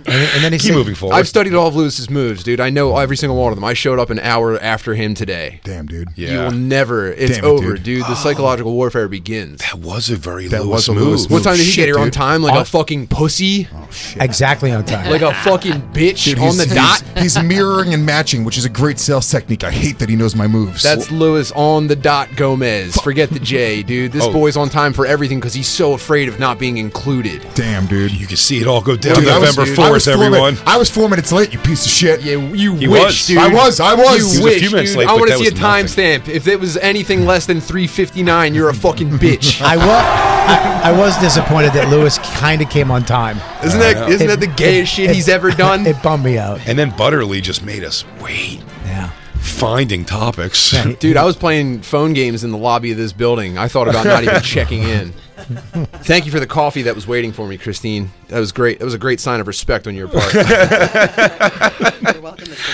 C: And, and then he
A: Keep
C: said,
A: moving forward.
H: I've studied all of Lewis's moves, dude. I know every single one of them. I showed up an hour after him today.
B: Damn, dude.
A: Yeah.
H: You will never. It's
B: Damn it,
H: over,
B: dude.
H: dude. The psychological warfare begins.
A: that was a very
B: That
A: Lewis
B: was a
A: move.
B: Lewis
H: What
B: move.
H: time did he
B: Shit,
H: get here on
B: dude.
H: time? Like
B: Oh.
H: a fucking pussy,
C: exactly on time.
H: like a fucking bitch
B: Dude,
H: on
B: he's-
H: the
B: he's-
H: dot.
B: He's mirroring and matching, which is a great sales technique. I hate that he knows my moves.
H: That's Lewis on the dot Gomez. Forget the J, dude. This
A: Oh.
H: boy's on time for everything because he's so afraid of not being included.
B: damn, dude.
A: You can see it all go down
B: Dude, I was-
A: November
B: I
A: fourth,
B: was four
A: everyone.
B: minute- I was four minutes late. You piece of shit.
H: Yeah, you
A: He
H: wish,
A: was.
H: dude.
B: I was, I was. He was
H: You
B: a
H: wish,
A: few minutes
H: dude.
A: late,
H: I
A: but
H: want
A: that
H: to see a
A: was nothing.
H: timestamp. If it was anything less than 359, you're a fucking bitch.
C: I was I, I was disappointed that Lewis kind of came on time.
H: Isn't that isn't that the gayest shit
C: it-
H: he's ever done?
C: It bummed me out.
A: And then Butterly just made us wait,
C: Yeah.
A: finding topics.
H: Dude, I was playing phone games in the lobby of this building. I thought about not even checking in. Thank you for the coffee that was waiting for me, Christine. That was great. That was a great sign of respect on your part.
I: You're welcome, Mr.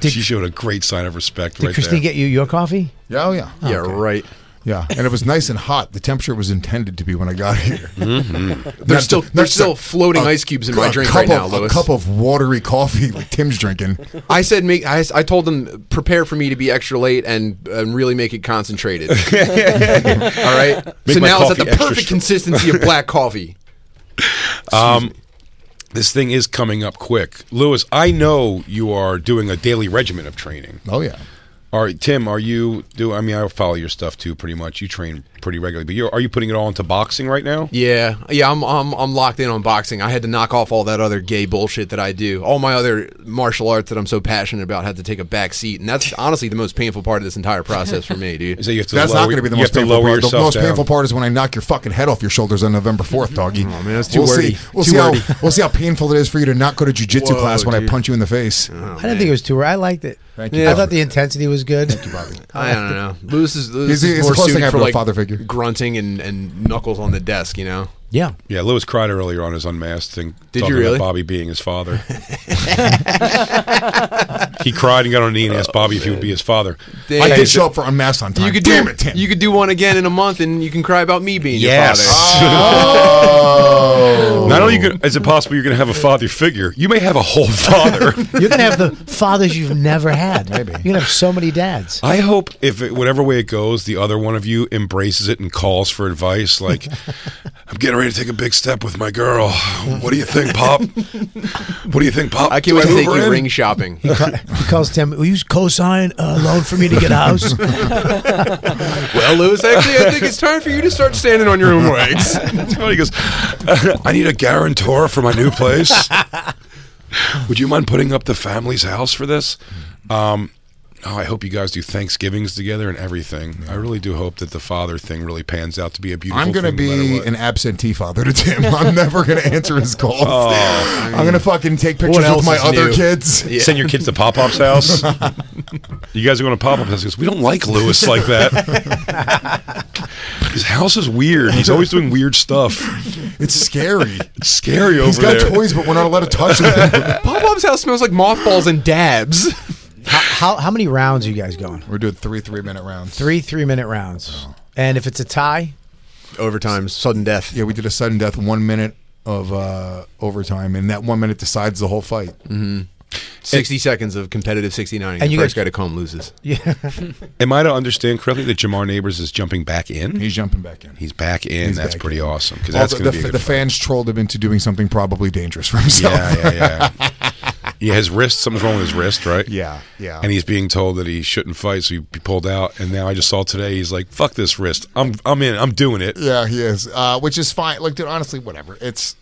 I: Butterly.
A: she showed a great sign of respect
C: Did
A: right
C: Christine
A: there.
C: get you your coffee?
B: Yeah, oh, yeah.
H: yeah, right.
B: Yeah, and it was nice and hot. The temperature was intended to be when I got here.
H: There's still
B: Not- not-
H: there's still floating ice cubes in my
B: a
H: drink
B: cup
H: right now,
B: of-
H: Lewis.
B: A cup of watery coffee like Tim's drinking.
H: I said make. I, s- I told them prepare for me to be extra late and and really make it concentrated. All right.
A: Make
H: so
A: my
H: now it's at
A: coffee
H: the
A: extra
H: perfect
A: strong.
H: consistency of black coffee.
A: This thing is coming up quick, Lewis. I know you are doing a daily regimen of training.
B: Oh yeah.
A: All right, Tim, are you do? I mean, I follow your stuff too, pretty much. You train pretty regularly, but you are you putting it all into boxing right now?
H: Yeah, yeah, I'm, I'm I'm locked in on boxing. I had to knock off all that other gay bullshit that I do. All my other martial arts that I'm so passionate about had to take a back seat, and that's honestly the most painful part of this entire process for me, dude.
A: So you have to
B: That's
A: lower,
B: not going to be the
A: you
B: most
A: have to
B: painful
A: lower
B: part. The
A: yourself
B: most
A: down.
B: painful part is when I knock your fucking head off your shoulders on November fourth, doggy. Oh
H: man, that's too
B: we'll
H: wordy.
B: See, we'll
H: Too
B: see
H: wordy.
B: how we'll see how painful it is for you to not go to jujitsu
H: Whoa,
B: class when I
H: dude.
B: punch you in the face.
A: Oh,
C: I didn't think it was too I liked it.
B: Thank you,
C: I
B: Bobby.
C: thought the intensity was good.
H: I don't know. Lewis is,
B: He's-
H: Lewis is
B: he's
H: more
B: the closest thing I
H: suited
B: have
H: for
B: to a
H: like
B: father figure.
H: grunting and, and knuckles on the desk, you know.
C: Yeah.
A: Yeah, Lewis cried earlier on his unmasked thing.
H: Did you
A: talking
H: really?
A: About Bobby being his father. he cried and got on a knee and asked Bobby if he would be his father.
H: Damn.
B: I
H: Okay,
B: did
H: so
B: show up for unmasked on time.
H: You could
B: Damn
H: do
B: it, Tim.
H: You could do one again in a month, and you can cry about me being your father.
B: oh.
A: Not only could- is it possible you're going to have a father figure, you may have a whole father.
C: You're gonna have the fathers you've never had. Maybe. You're gonna have so many dads.
A: I hope if it, whatever way it goes, the other one of you embraces it and calls for advice. Like, I'm getting ready to take a big step with my girl. What do you think, Pop? What do you think, Pop?
H: I can't
A: Do
H: wait to
A: move
H: take
A: her
H: you
A: in?
H: ring shopping.
C: He calls Tim, will you co-sign a loan for me to get a house?
H: well, Lewis, actually, I think it's time for you to start standing on your own legs.
A: It's funny because I need a guarantor for my new place. Would you mind putting up the family's house for this? Um, oh, I hope you guys do Thanksgivings together and everything. I really do hope that the father thing really pans out to be a beautiful.
B: I'm going to
A: thing no matter
B: be
A: what.
B: an absentee father to Tim. I'm never going to answer his calls. I'm going to fucking take pictures
H: Oh, else
B: with my
H: is
B: other
H: new?
B: kids.
A: Send your kids to Pop Pop's house. you guys are going to Pop Pop's house because we don't like Lewis like that. His house is weird. He's always doing weird stuff.
B: It's scary.
A: It's scary over
B: He's got
A: there.
B: toys, but we're not allowed to touch them.
H: Pop Pop's house smells like mothballs and dabs.
C: how, how how many rounds are you guys going?
B: we're doing three three minute rounds.
C: Three three minute rounds. And if it's a tie,
H: Overtime, sudden death.
B: Yeah, we did a sudden death one minute of uh, overtime, and that one minute decides the whole fight.
H: 60 Mm-hmm. seconds of competitive 69. And
C: And
H: the
C: you
H: first
C: guys-
H: guy to come loses.
C: yeah.
A: Am I to understand correctly that Jamar Neighbors is jumping back in?
B: He's jumping back in.
A: He's back in.
B: He's
A: that's
B: back
A: pretty
B: in.
A: awesome because
B: Although
A: that's going to
B: the,
A: be a
B: the
A: good fight.
B: fans trolled him into doing something probably dangerous for himself.
A: Yeah, yeah, yeah. yeah, his wrist. Something's wrong with his wrist, right?
B: Yeah, yeah.
A: And he's being told that he shouldn't fight, so he be pulled out. And now I just saw today he's like, "Fuck this wrist. I'm I'm in. I'm doing it."
B: Yeah, he is. Uh, which is fine. Like, dude, honestly, whatever. It's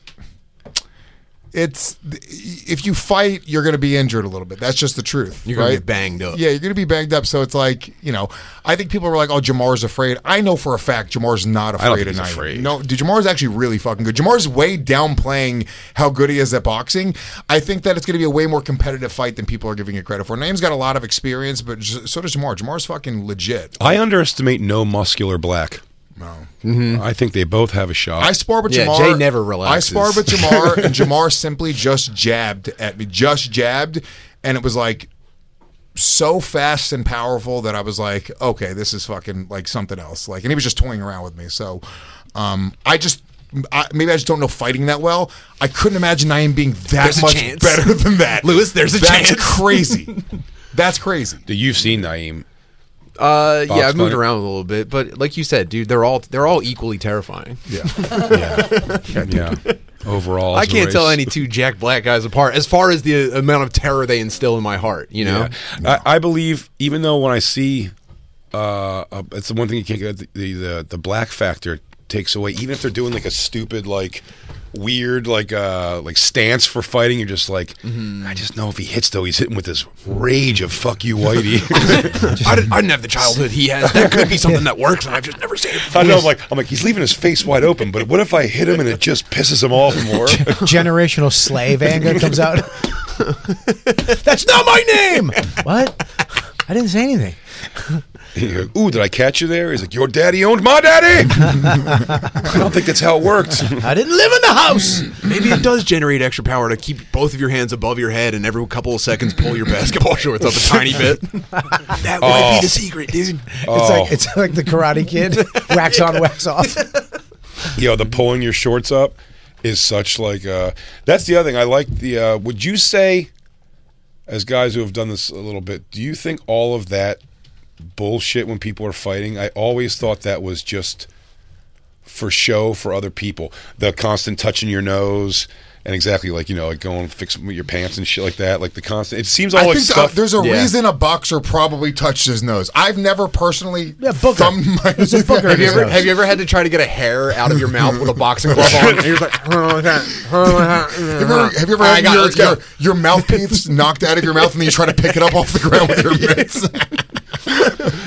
B: it's if you fight, you're going to be injured a little bit. That's just the truth.
H: You're gonna
B: right?
H: get banged up.
B: Yeah, you're going to be banged up. So it's like you know, I think people were like, "Oh, Jamar's afraid." I know for a fact Jamar's not
A: don't
B: afraid
A: think
B: of
A: he's
B: night.
A: afraid.
B: No, dude, Jamar's actually really fucking good. Jamar's way downplaying how good he is at boxing. I think that it's going to be a way more competitive fight than people are giving it credit for. Name's got a lot of experience, but j- so does Jamar. Jamar's fucking legit.
A: I underestimate no muscular black.
B: No.
H: Mm-hmm.
A: I think they both have a shot.
B: I spar with
H: Yeah,
B: Jamar.
H: Jay never relaxes.
B: I spar with Jamar, and Jamar simply just jabbed at me, just jabbed, and it was like so fast and powerful that I was like, okay, this is fucking like something else. Like, and he was just toying around with me. So, um, I just. I, maybe I just don't know fighting that well. I couldn't imagine Naeem being that
H: There's a
B: much
H: chance.
B: better than that.
H: Lewis, there's a
B: That's
H: chance.
B: crazy. That's crazy.
A: Dude, You've seen Naeem.
H: Uh, yeah, I've moved
A: fight.
H: around a little bit, but like you said, dude, they're all they're all equally terrifying.
B: Yeah.
A: Yeah. yeah. Overall,
H: I
A: as a
H: can't tell
A: race.
H: any two Jack Black guys apart as far as the amount of terror they instill in my heart. You know,
A: Yeah. I, I believe, even though when I see, uh, uh, it's the one thing you can't get the the, the the black factor takes away. Even if they're doing like a stupid, like weird, like uh, like stance for fighting, you're just like,
H: Mm-hmm.
A: I just know if he hits though, he's hitting with this rage of fuck you, Whitey.
H: I, didn't, I didn't have the childhood he has. That could be something that works, and I've just never seen it. Before.
A: I know, I'm like, I'm like, he's leaving his face wide open, but what if I hit him and it just pisses him off more?
C: Generational slave anger comes out. That's not my name. what? I didn't say anything.
A: You're like, Ooh, did I catch you there? He's like, your daddy owned my daddy. I don't think that's how it worked.
C: I didn't live in the house.
H: Maybe it does generate extra power to keep both of your hands above your head, and every couple of seconds pull your basketball shorts up a tiny bit. Oh. that might be the secret, dude.
C: It's like it's like the Karate Kid, wax on, wax off.
A: Yo, the pulling your shorts up is such like uh that's the other thing I like the uh would you say as guys who have done this a little bit, do you think all of that bullshit when people are fighting? I always thought that was just for show for other people. The constant touching your nose and exactly like, you know, like going fix your pants and shit like that. Like the constant it seems all
B: I
A: like
B: think
A: stuff
B: that there's a
H: Oh, Yeah.
B: reason a boxer probably touched his nose. I've never personally
C: Yeah, Booker.
B: thumbed my
C: It's a Booker.
H: Have you,
C: His
H: ever,
C: nose.
H: have you ever had to try to get a hair out of your mouth with a boxing glove on? And you're like,
B: Have you ever, have you ever
H: uh, I
B: had
H: got it,
B: your,
H: let's go.
B: your, your mouthpiece knocked out of your mouth and then you try to pick it up off the ground with your mitts?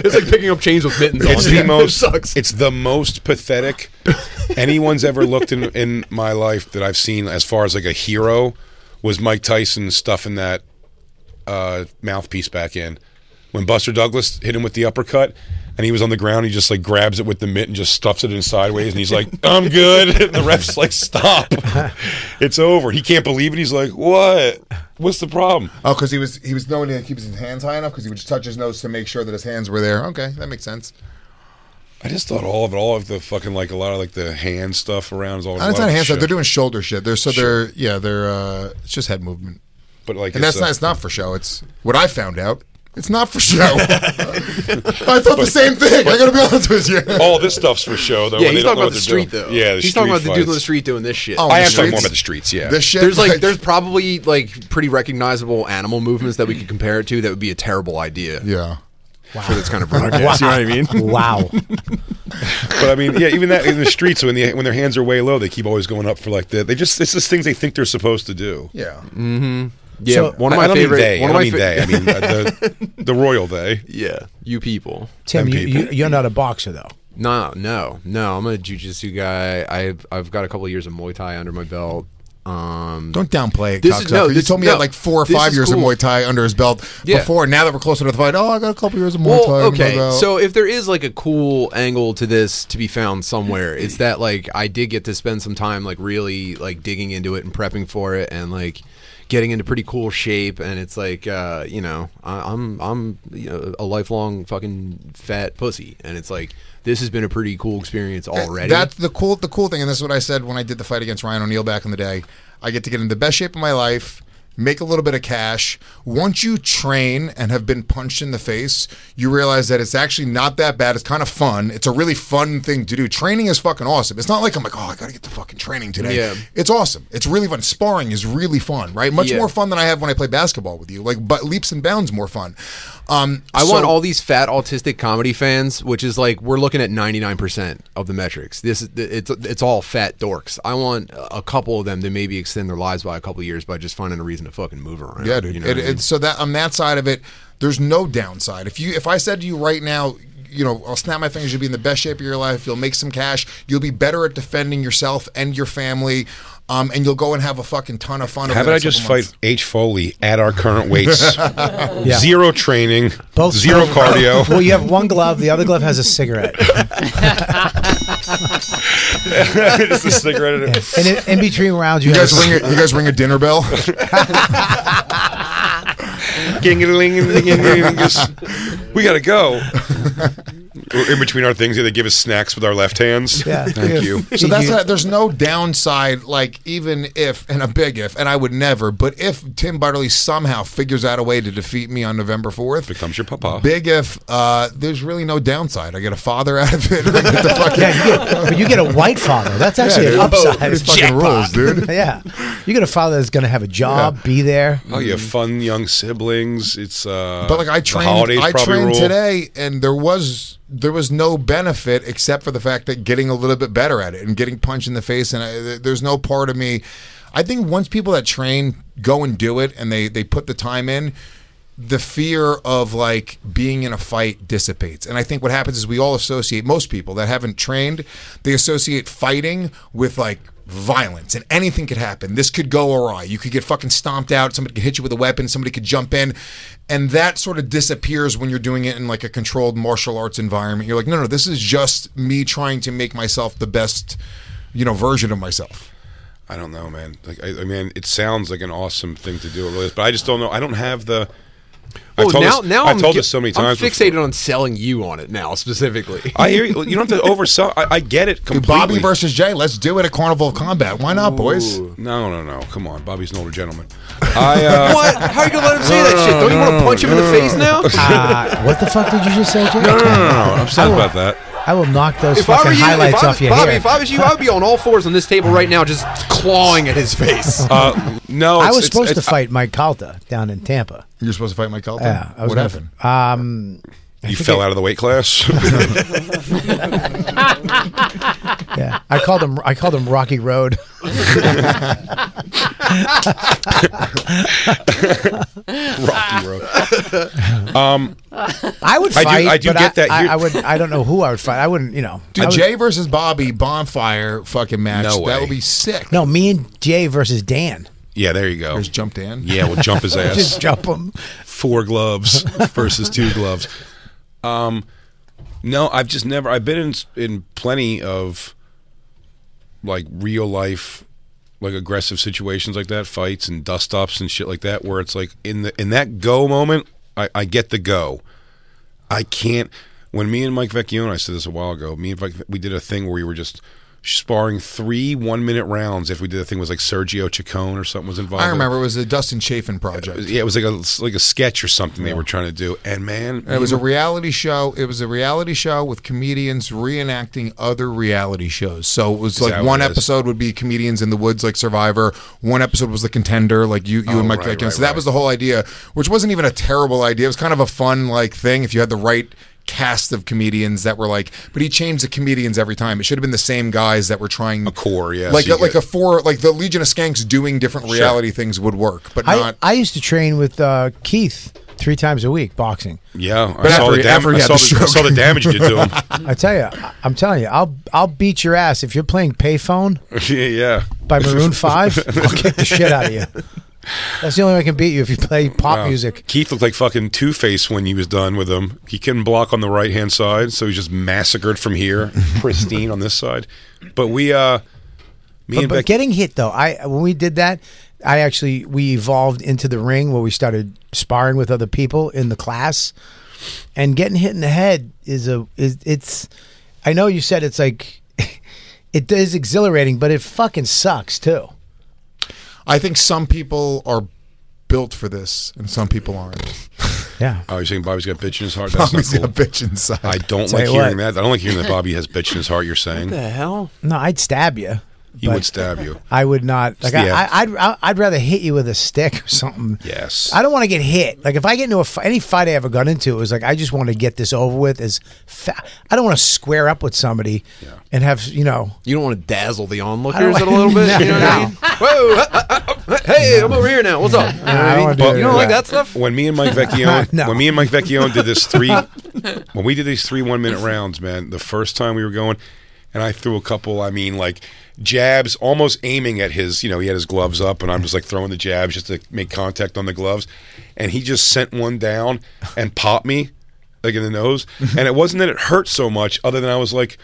H: it's like picking up chains with mittens
A: It's
H: on.
A: the most.
H: It sucks.
A: It's the most pathetic anyone's ever looked in in my life that I've seen. As far as like a hero, was Mike Tyson stuffing that uh, mouthpiece back in when Buster Douglas hit him with the uppercut. And he was on the ground. He just like grabs it with the mitt and just stuffs it in sideways. And he's like, "I'm good." And the ref's like, "Stop! It's over." He can't believe it. He's like, "What? What's the problem?"
B: oh, because he was he was knowing he keeps his hands high enough because he would just touch his nose to make sure that his hands were there. Okay, that
H: Uh,
B: makes sense.
A: I just thought all of it, all of the fucking like a lot of like the hand stuff around is all.
B: And Uh, it's
A: a lot
B: not
A: of
B: hands.
A: shit.
B: They're doing shoulder shit. They're so they're yeah they're uh, it's just head movement.
A: but like,
B: And that's
A: it's,
B: not
A: uh,
B: it's not for show. It's what I found out. It's not for show. I thought the same thing. I gotta be honest with you.
A: all this stuff's for show though.
H: yeah,
A: when they
H: he's
A: don't know
H: talking
A: what
H: about the
A: they're
H: street
A: doing.
H: though.
A: Yeah, the
H: he's
A: street
H: talking about the dude on the
A: fights.
H: street doing this shit.
B: Oh,
A: I
B: the
A: am talking more
B: streets.
A: about the streets. Yeah,
B: This shit.
H: there's like there's probably like pretty recognizable animal movements that we could compare it to that would be a terrible idea
B: yeah.
H: for this kind of broadcast. You know what I mean?
C: Wow.
A: but I mean, yeah, even that in the streets when the when their hands are way low, they keep always going up for like the. They just it's just things they think they're supposed to do.
B: Yeah.
H: Yeah,
C: So-
H: one of
A: I-
H: my
A: I don't
H: favorite.
A: mean they.
H: one
A: I don't
H: of my
A: mean
H: fa-
A: they. I mean uh, the the royal they.
H: Yeah, you people.
C: Tim,
A: Them
C: you, you,
A: people.
C: you're not a boxer though.
H: No, no, no. I'm a jujitsu guy. I've I've got a couple of years of Muay Thai under my belt. Um,
B: Don't downplay it,
H: This is-
B: cocksucker.
H: no,
B: you
H: this-
B: told me he
H: no.
B: had like four or
H: This
B: five
H: is
B: years of
H: cool.
B: Muay Thai under his belt
H: Yeah.
B: before. Now that we're closer to the fight, oh, I got a couple years of Muay
H: well,
B: Thai under my
H: okay.
B: belt.
H: So if there is like a cool angle to this to be found somewhere, it's that like I did get to spend some time like really like digging into it and prepping for it and like getting into pretty cool shape and it's like uh you know I, i'm i'm you know, a lifelong fucking fat pussy and it's like this has been a pretty cool experience already
B: That's the cool the cool thing, and this is what I said when I did the fight against Ryan O'Neal back in the day. I get to get in the best shape of my life, make a little bit of cash. Once you train and have been punched in the face, you realize that it's actually not that bad. It's kind of fun. It's a really fun thing to do. Training is fucking awesome. It's not like I'm like, oh, I gotta get to fucking training today.
H: Yeah.
B: It's awesome. It's really fun. Sparring is really fun, right? Much
H: Yeah.
B: more fun than I have when I play basketball with you. Like, but leaps and bounds more fun. Um,
H: I
B: so-
H: want all these fat autistic comedy fans, which is like we're looking at 99% of the metrics. This is it's it's all fat dorks. I want a couple of them to maybe extend their lives by a couple of years by just finding a reason to fucking move around.
B: Yeah, dude.
H: You know
B: it,
H: what I mean?
B: it- so that on that side of it, there's no downside. If you if I said to you right now, you know, I'll snap my fingers. You'll be in the best shape of your life. You'll make some cash. You'll be better at defending yourself and your family, um, and you'll go and have a fucking ton of fun. over
A: How
B: the
A: about I
B: next
A: just
B: couple
A: fight H. Foley at our current weights? Zero training,
C: Both-
A: zero cardio.
C: Well, you have one glove. The other glove has a cigarette.
A: It's a cigarette. in it.
C: And in, in between rounds, you,
B: You
C: have
B: guys ring a, you guys ring a dinner bell.
A: Ging-a-ling-a-ling-a-ling-a-ling-a-ling-a-s. we gotta go. We're in between our things, yeah, they give us snacks with our left hands.
C: Yeah.
A: Thank you.
B: So that's
C: You-
B: not, there's no downside. Like even if and a big if, and I would never. But if Tim Butterly somehow figures out a way to defeat me on November fourth,
A: Becomes your papa.
B: Big if uh, there's really no downside. I get a father out of it. I get the fucking
C: Yeah, you get, but you get a white father. That's actually an upside.
B: This fucking rules, dude.
C: yeah, you get a father that's going to have a job, be there.
A: Oh, you have fun young siblings. It's uh
B: Mm. But like I
A: the holidays
B: trained, I
A: probably
B: trained
A: rule.
B: today, and there was there was no benefit except for the fact that getting a little bit better at it and getting punched in the face. And I, th- there's no part of me. I think once people that train go and do it, and they they put the time in. The fear of like being in a fight dissipates, and I think what happens is we all associate most people that haven't trained, they associate fighting with like violence and anything could happen. This could go awry. You could get fucking stomped out. Somebody could hit you with a weapon. Somebody could jump in. And that sort of disappears when you're doing it in like a controlled martial arts environment. You're like, no, no, this is just me trying to make myself the best, you know, version of myself.
A: I don't know, man. Like I, I mean, it sounds like an awesome thing to do, it really is. But I just don't know. I don't have the. I've
H: Oh,
A: told
H: now,
A: this,
H: now
A: I've
H: am
A: told this so many times.
H: I'm
A: before.
H: fixated on selling you on it now specifically.
A: I hear you. You don't have to oversell. I, I get it
B: Dude,
A: completely.
B: Bobby versus Jay, let's do it at Carnival of Combat. Why not, boys?
A: No, no, no. Come on, Bobby's an older gentleman. I uh,
H: what? How are you gonna let him say that shit? Don't you want to punch him in the face now?
C: Uh, what the fuck did you just say, Jay?
A: No, no, no, no, no. I'm upset about that.
C: I will knock those fucking highlights
H: I
C: off your
H: Bobby,
C: hair.
H: if I was you, I would be on all fours on this table right now, just clawing at his face.
A: Uh, no,
C: I
A: it's-
C: was
A: it's-
C: supposed to
A: it's- Mm.
C: fight Mike Calta down in Tampa.
B: You're supposed to fight Mike Elton?
C: Yeah, I was
B: what
C: gonna- Um,
B: happened?
A: You fell out of the weight class.
C: yeah, I called him. I called him Rocky Road.
A: Rocky Road.
C: I would
A: I
C: fight.
A: do- I do
C: but
A: get that.
C: I,
A: You're-
C: I would. I don't know who I would fight. I wouldn't. You know. I
B: Dude,
C: would-
B: Jay versus Bobby bonfire fucking match.
A: No way.
B: That would be sick.
C: No, me and Jay versus Dan.
A: Yeah, there you go.
B: Just jumped in.
A: Yeah, we'll jump his ass.
C: Just jump him.
A: four gloves versus two gloves. Um, no, I've just never. I've been in in plenty of like real life, like aggressive situations like that, fights and dust ups and shit like that, where it's like in the in that go moment, I, I get the go. I can't. When me and Mike Vecchione, I said this a while ago. Me and Mike, we did a thing where we were just sparring three one minute rounds. If we did a thing it was like Sergio Chacon or something was involved.
B: I
A: in it.
B: remember it was the Dustin Chafin project.
A: Yeah, it was like a like a sketch or something they were trying to do, and man,
B: It was a reality show. It was a reality show with comedians reenacting other reality shows. So it was like
A: that
B: one
A: what it is?
B: episode would be comedians in the woods, like Survivor. One episode was the Contender, like you, you and
A: Oh,
B: Mike.
A: right,
B: Vecchione. so
A: right,
B: that was the whole idea, which wasn't even a terrible idea. It was kind of a fun like thing if you had the right cast of comedians that were like. But he changed the comedians every time. It should have been the same guys that were trying
A: A core, yeah,
B: like
A: so you
B: like
A: get-
B: a four, like the Legion of Skanks doing different reality things would work, but
C: I,
B: not.
C: I used to train with uh, Keith three times a week boxing.
A: yeah. I
B: But
A: saw,
B: after-
A: the dam-
B: after he
A: I,
B: had
A: saw
B: the
A: the, I
B: stroke.
A: saw the damage you did to him.
C: I tell you, I'm telling you, I'll I'll beat your ass if you're playing Payphone
A: yeah, yeah.
C: by Maroon Five. I'll kick the shit out of you. That's the only way I can beat you if you play pop
A: Wow.
C: music.
A: Keith looked like fucking Two Face when he was done with him. He couldn't block on the right hand side, so he's just massacred from here, pristine on this side. But we, uh me
C: But,
A: and
C: but
A: Beck,
C: getting hit though, I when we did that, I actually we evolved into the ring where we started sparring with other people in the class, and getting hit in the head is a is it's. I know you said it's like it is exhilarating, but it fucking sucks too.
B: I think some people are built for this, and some people aren't.
C: Yeah.
A: oh, you're saying Bobby's got bitch in his heart. That's
B: Tommy's
A: not
B: got a
A: cool.
B: bitch inside.
A: I don't
C: Tell
A: like
C: you what.
A: hearing that. I don't like hearing that Bobby has bitch in his heart. You're saying
H: hell?
C: No, I'd stab you.
A: He
C: but
A: would stab you.
C: I would not. Like I,
A: Yeah.
C: I, I'd I'd rather hit you with a stick or something.
A: Yes.
C: I don't want to get hit. Like if I get into a fi- any fight I ever got into, it was like I just want to get this over with. As fa- I don't want to square up with somebody and have you know.
H: You don't want to dazzle the
C: I don't
H: onlookers a little bit. you know what
C: No.
H: I mean? Whoa! uh, uh, uh, uh, hey, I'm over here now. What's up? You know what I
C: I
H: mean?
C: wanna do
H: You don't
C: that.
H: like that stuff?
A: When me and Mike Vecchione,
C: No.
A: when me and Mike Vecchione did this three, when we did these three one minute rounds, man, the first time we were going, and I threw a couple. I mean, like jabs, almost aiming at his. You know, he had his gloves up, and I'm just like throwing the jabs just to make contact on the gloves, and he just sent one down and popped me like in the nose, and it wasn't that it hurt so much, other than I was like.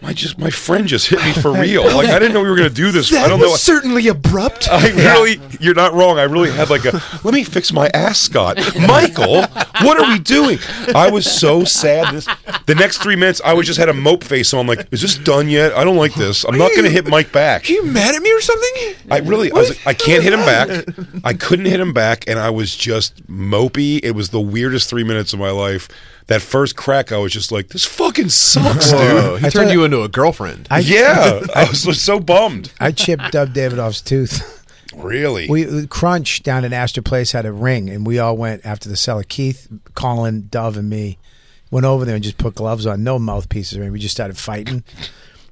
A: My just my friend just hit me for real. Like I didn't know we were gonna do this. I don't know.
H: certainly abrupt.
A: I really, you're not wrong. I really had like a, let me fix my ascot. Michael, what are we doing? I was so sad. This, the next three minutes, I was just had a mope face on. like, is this done yet? I don't like this. I'm not going to hit Mike back.
H: you mad at me or something?
A: I really, I was like, I can't hit him back. I couldn't hit him back, and I was just mopey. It was the weirdest three minutes of my life. That first crack, I was just like, this fucking sucks,
H: Whoa,
A: dude.
H: he turned you into a girlfriend.
C: I,
A: yeah, I was just so bummed.
C: I chipped Dub Davidoff's tooth.
A: Really?
C: We Crunch down in Astor Place had a ring, and we all went after the cellar. Keith, Colin, Dove, and me went over there and just put gloves on, no mouthpieces. Right? We just started fighting,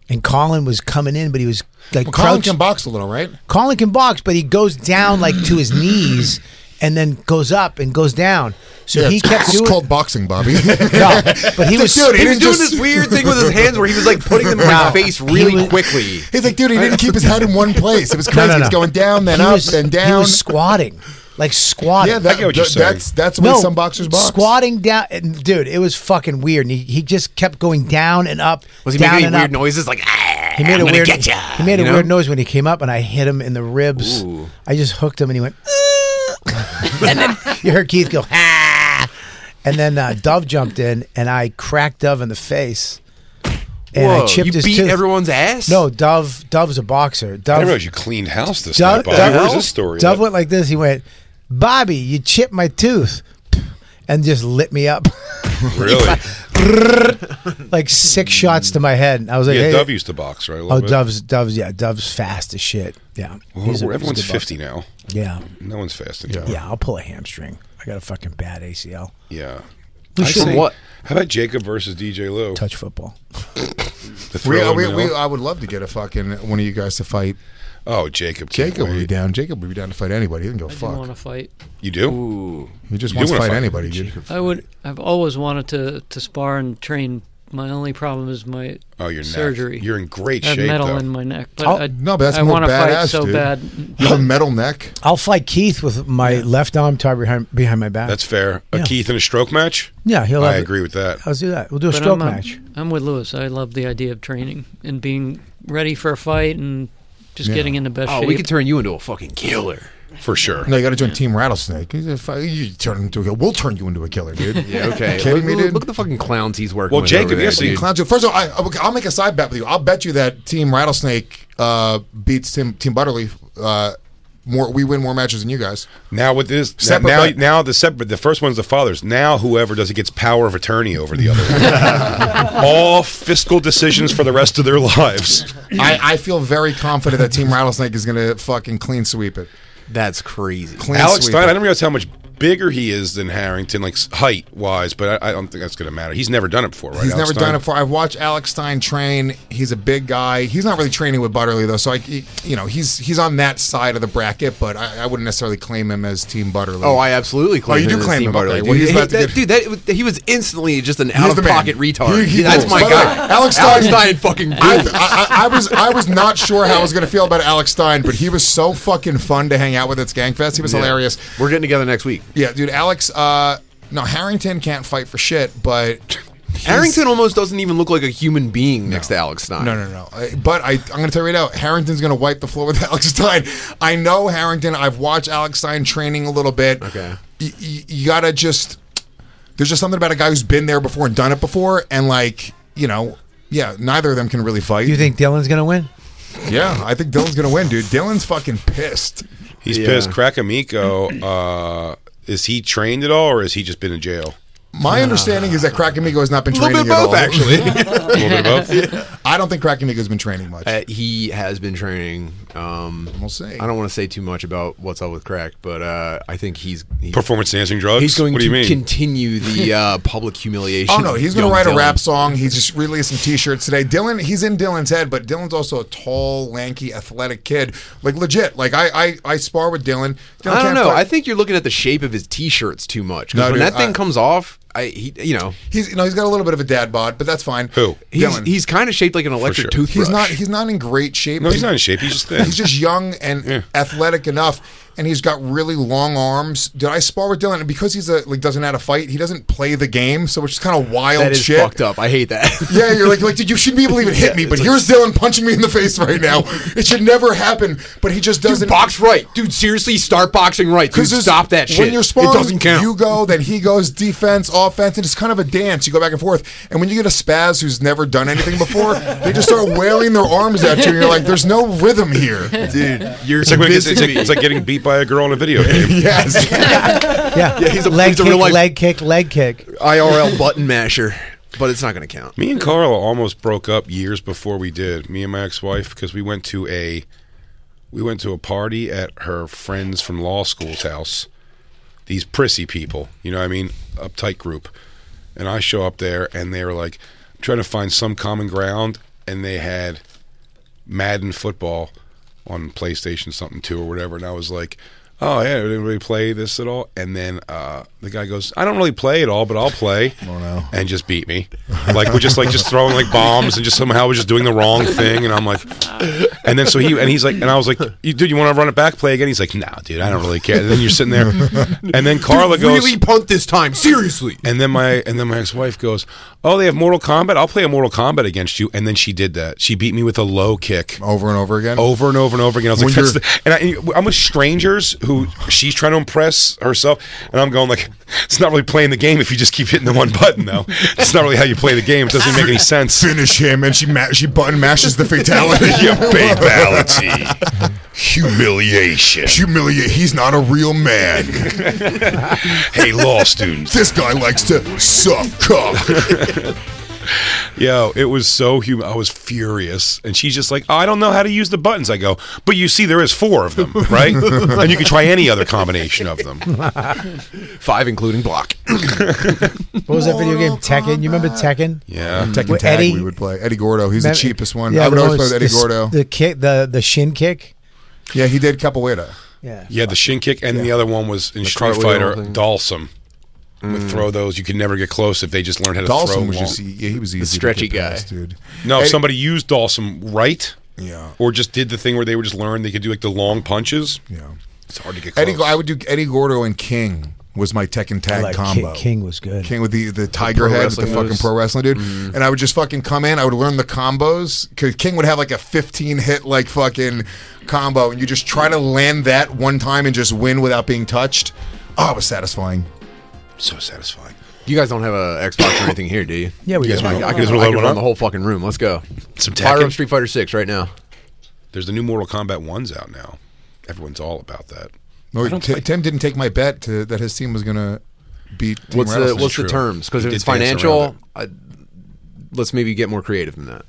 C: and Colin was coming in, but he was like
B: Well, Colin
C: crouched.
B: can box a little, right?
C: Colin can box, but he goes down like to his knees, and then goes up and goes down. So he
B: it's,
C: kept
B: it's
C: doing.
B: called boxing, Bobby.
C: No, but he was.
B: Dude,
H: He was
B: didn't
H: doing
B: just-
H: this weird thing with his hands where he was like putting them in my
C: No.
H: face
C: He
H: really
C: was-
H: quickly.
B: He's like, dude, he didn't keep his head in one place. It was crazy.
C: no,
B: It was
C: no.
B: going down, then
C: he
B: up,
C: was-
B: then
C: he was
B: down.
C: squatting, like squatting.
B: yeah, that,
A: get what you're
B: that-
A: saying.
B: that's that's the way some boxers box.
C: Squatting down, and dude, it was fucking weird. And he, he just kept going down and up.
H: Was he
C: down
H: making
C: and
H: any weird
C: up.
H: noises like? "Ah,
C: He made
H: I'm
C: a
H: gonna
C: weird.
H: Get ya,"
C: He made a
H: you know?
C: weird noise when he came up, and I hit him in the ribs.
H: Ooh.
C: I just hooked him, and he went. and then you heard Keith go ah, and then uh, Dove jumped in, and I cracked Dove in the face, and I
H: Whoa,
C: chipped
H: you
C: his
H: beat
C: tooth.
H: everyone's ass.
C: no, Dove. Dove's a boxer.
A: I
C: Dove.
A: didn't realize you cleaned house this
C: Dove,
A: night, Bobby.
C: Dove-
A: Where's this story?
C: Dove went like this. He went, Bobby, you chipped my tooth, and just lit me up
A: really?
C: like six shots to my head. And I was like,
A: Yeah,
C: hey.
A: Dove used to box, right? A little
C: Oh,
A: bit.
C: Dove's Dove's yeah, Dove's fast as shit. Yeah, He's a-
A: Well,
C: he's a
A: everyone's
C: good boxer.
A: fifty now.
C: Yeah,
A: No one's fast anymore.
C: yeah. I'll pull a hamstring. I got a fucking bad ACL.
A: yeah.
C: We
A: I
C: should-
A: say-
H: what?
A: How about Jacob versus DJ Lou?
C: Touch football.
A: The
B: We, uh,
A: thrill of
B: we,
A: it
B: we,
A: all?
B: I would love to get a fucking one of you guys to fight.
A: oh, Jacob. can't
B: Jacob would be
A: wait.
B: down. Jacob would be down to fight anybody. He doesn't go
J: I didn't want
B: fuck.
J: to fight.
A: You do?
H: Ooh.
B: He just
A: You
B: wants
A: do
B: to
A: wanna
B: fight
A: fight
B: anybody. dude.
J: I would. I've always wanted to to spar and train. My only problem is my
A: Oh, your neck.
J: surgery.
A: You're in great
J: I have
A: shape,
J: metal
A: though.
J: in my neck, but
C: Oh,
J: I,
B: No, but that's
J: I
B: more
J: want to fight
B: badass,
J: so
B: dude.
J: bad.
B: You have a metal neck.
C: I'll fight Keith with my left arm tied behind behind my back.
A: That's fair. A
C: Yeah.
A: Keith and a stroke match.
C: yeah. He'll.
A: I
C: have- Uh,
A: agree with that.
C: Let's do that. We'll do a
J: But
C: stroke
J: I'm, um,
C: match.
J: I'm with Lewis. I love the idea of training and being ready for a fight and just getting in the best
H: Oh,
J: shape.
H: we could turn you into a fucking killer.
A: For sure.
B: No, you got to join Team Rattlesnake. He's a fi- You turn him into a killer. We'll turn you into a killer, dude.
H: Yeah, okay.
B: You kidding
H: look,
B: me,
H: look-
B: dude?
H: Look at the fucking clowns he's working
A: Well,
H: with.
A: Jacob,
H: over there,
A: yes, he
H: dude.
B: Clowns, you- First of all, I, okay, I'll make a side bet with you. I'll bet you that Team Rattlesnake uh, beats Team Team Butterleaf. Uh, more, we win more matches than you guys.
A: Now with this, now
B: Separate
A: now,
B: bet.
A: now the separate. The first one's the father's. Now whoever does it gets power of attorney over the other. one. All fiscal decisions for the rest of their lives.
B: I, I feel very confident that Team Rattlesnake is going to fucking clean sweep it.
H: That's crazy.
B: Clean
A: Alex
B: sweep
A: Stein, I
B: it.
A: didn't realize how much bigger he is than Harrington, like height wise, but I, I don't think that's going to matter. He's never done it before, right?
B: He's
A: Alex
B: never
A: Stein?
B: done it before. I've watched Alex Stein train. He's a big guy. He's not really training with Butterly though, so I, he- you know, he's he's on that side of the bracket, but I, I wouldn't necessarily claim him as Team Butterly.
H: Oh, I absolutely claim.
B: Oh, you
H: him
B: do
H: as
B: claim
H: Steve
B: him, okay.
H: Butler.
B: Well, he's
H: Dude,
B: about to
H: that-
B: get-
H: dude, that he was instantly just an
B: He's
H: out of
B: the man.
H: pocket retard.
B: He- he
H: That's
B: rules.
H: my
B: By the way,
H: guy.
B: Alex
H: Alex
B: Stein-
H: Stein fucking
B: I,
H: rules.
B: I, I was I was not sure how I was going to feel about Alex Stein, but he was so fucking fun to hang out with at Skankfest. He was hilarious.
H: We're getting together next week.
B: Yeah, dude, Alex. Uh, no, Harrington can't fight for shit, but he's-
H: Harrington almost doesn't even look like a human being next to Alex Stein.
B: No, no, no. I- uh, But I, I'm going to tell you right now, Harrington's going to wipe the floor with Alex Stein. I know Harrington. I've watched Alex Stein training a little bit.
H: Okay.
B: Y- y- you gotta just. There's just something about a guy who's been there before and done it before, and like you know, yeah. Neither of them can really fight.
C: You think Dylan's gonna win?
B: Yeah, I think Dylan's gonna win, dude. Dylan's fucking pissed.
A: He's
H: Yeah.
A: pissed. Crackamico, uh, is he trained at all, or has he just been in jail?
B: My understanding is that Crack Amigo has not been
H: A little
B: training
H: bit of
B: at
H: both,
B: all.
H: actually.
A: A little bit of both.
B: I
K: I don't think Kraken Nico's been training much.
H: Uh, he has been training. Um,
K: we'll see.
H: I don't want to say too much about what's up with Crack, but uh, I think he's he,
A: Performance enhancing drugs?
H: He's going
A: What
H: to
A: do you mean?
H: continue the uh, public humiliation.
K: Oh no, he's
H: of
K: going to
H: young
K: write a
H: Dylan.
K: rap song. He's just released some T-shirts today. Dylan, he's in Dylan's head, but Dylan's also a tall, lanky, athletic kid. Like legit. Like I, I, I spar with Dylan. Dylan
H: I don't
K: can't
H: know.
K: fight-
H: I think you're looking at the shape of his t-shirts too much. 'Cause
K: No,
H: when
K: dude,
H: that thing
K: I-
H: comes off, I he, you know
K: he's you know he's got a little bit of a dad bod, but that's fine.
A: Who?
H: he's
K: Dylan.
H: he's kind of shaped like an
A: sure.
H: electric toothbrush.
K: He's not. He's not in great shape.
A: No, he's not in shape. He's just thin.
K: He's just young and
A: Yeah.
K: athletic enough, and he's got really long arms. Did I spar with Dylan? And because he's a like doesn't know how to fight, he doesn't play the game, so it's just kind of wild
H: that is
K: shit.
H: fucked up. I hate that.
K: Yeah, you're like, like, dude, you shouldn't be able to even hit me, but here's Dylan punching me in the face right now. It should never happen, but he just doesn't
H: Dude, box right, dude. Seriously, start boxing right. Dude,
K: there's-
H: stop that shit.
K: When you're sparring,
H: it doesn't count.
K: you go, then he goes defense, offense, and it's kind of a dance. You go back and forth. And when you get a spaz who's never done anything before, they just start wailing their arms at you, and you're like, there's no rhythm here.
H: dude, you're
A: It's like, when it gets- it's,
H: convincing
A: like,
H: me.
A: it's like getting beat by a girl in a video game.
K: Yes.
C: Yeah.
H: Yeah, he's a-
C: leg
H: he's a
C: kick,
H: real life-
C: leg kick, leg kick.
H: IRL button masher, but it's not going to count.
A: Me and Carla almost broke up years before we did. Me and my ex-wife because we went to a we went to a party at her friends from law school's house. These prissy people, you know what I mean, uptight group. And I show up there and they were like trying to find some common ground and they had Madden football on PlayStation something two or whatever, and I was like, "Oh yeah, did anybody play this at all?" And then uh, the guy goes, "I don't really play at all, but I'll play." Oh no! And just beat me, like we're just like just throwing like bombs, and just somehow we're just doing the wrong thing, and I'm like, and then so he and he's like, and I was like, "You- "Dude, you want to run it back, play again?" He's like, "No, dude, I don't really care." And then you're sitting there, and then Carla goes,
H: really punt this time, seriously.
A: and then my and then my ex-wife goes, "Oh, they have Mortal Kombat. I'll play a Mortal Kombat against you." And then she did that. She beat me with a low kick
K: Over and over again.
A: over and over and over again. I was like,
K: When
A: That's the, and I, I'm with strangers who she's trying to impress herself, and I'm going like, it's not really playing the game if you just keep hitting the one button though. It's not really how you play the game. It doesn't make any sense.
K: Finish him, and she ma- she button mashes the fatality.
A: Your babality, humiliation.
K: Humiliate. He's not a real man.
A: Hey, law students.
K: This guy likes to suck cock.
A: Yo, it was so human. I was furious, and she's just like, "Oh, "I don't know how to use the buttons." I go, "But you see, there is four of them, right? and you can try any other combination of them."
H: Five, including block.
C: What was that video game? Tekken. You remember Tekken?
A: Yeah,
K: Tekken
C: With
K: tag
C: Eddie-
K: we would play. Eddie Gordo. He's the
C: Remember-
K: cheapest one.
C: Yeah,
K: I would
C: the
K: always play
C: most-
K: with Eddie
C: the s-
K: Gordo.
C: The kick, the the shin kick.
K: yeah, he did capoeira.
C: Yeah.
A: yeah. The shin kick, and the other one was in Street
H: cartwheel
A: Fighter,
H: thing.
A: Dalsum. Would throw those. You could never get close if they just learned how to throw.
K: Dawson Mm. was
A: long.
K: just e- yeah, he was easy. to
H: stretchy
K: get past,
H: guy.
K: dude.
A: no, if
K: Eddie-
A: somebody used Dalsum right,
K: Yeah.
A: or just did the thing where they were just learned they could do like the long punches.
K: Yeah.
A: It's hard to get close.
K: Eddie, I would do Eddie Gordo and King was my Tekken
C: I
K: tag
C: like Ki-
K: combo.
C: King was good.
K: King with the, the tiger head, with the
H: wrestling
K: fucking
H: moves.
K: pro wrestling dude, and I would just fucking come in. I would learn the combos because King would have like a fifteen hit like fucking combo, and you just try to land that one time and just win without being touched. Oh, it was satisfying.
A: so satisfying.
H: You guys don't have a Xbox or anything here, do you?
C: Yeah, we
A: You guys
C: did.
A: wanna-
H: I
A: you
H: can,
A: guys
H: I
A: wanna
H: can
A: load one
H: run the
A: up?
H: whole fucking room. Let's go.
A: Some
H: Fire
A: Tekken?
H: up Street Fighter Six right now.
A: There's the new Mortal Kombat ones out now. Everyone's all about that.
K: No, Ti- Tim didn't take my bet to, that his team was gonna beat. Team
H: What's the
K: Rattlesnake.
H: What's
A: true.
H: the terms? Because
A: We
H: if
A: did
H: it's
A: dance
H: financial,
A: around
H: I, let's maybe get more creative than that.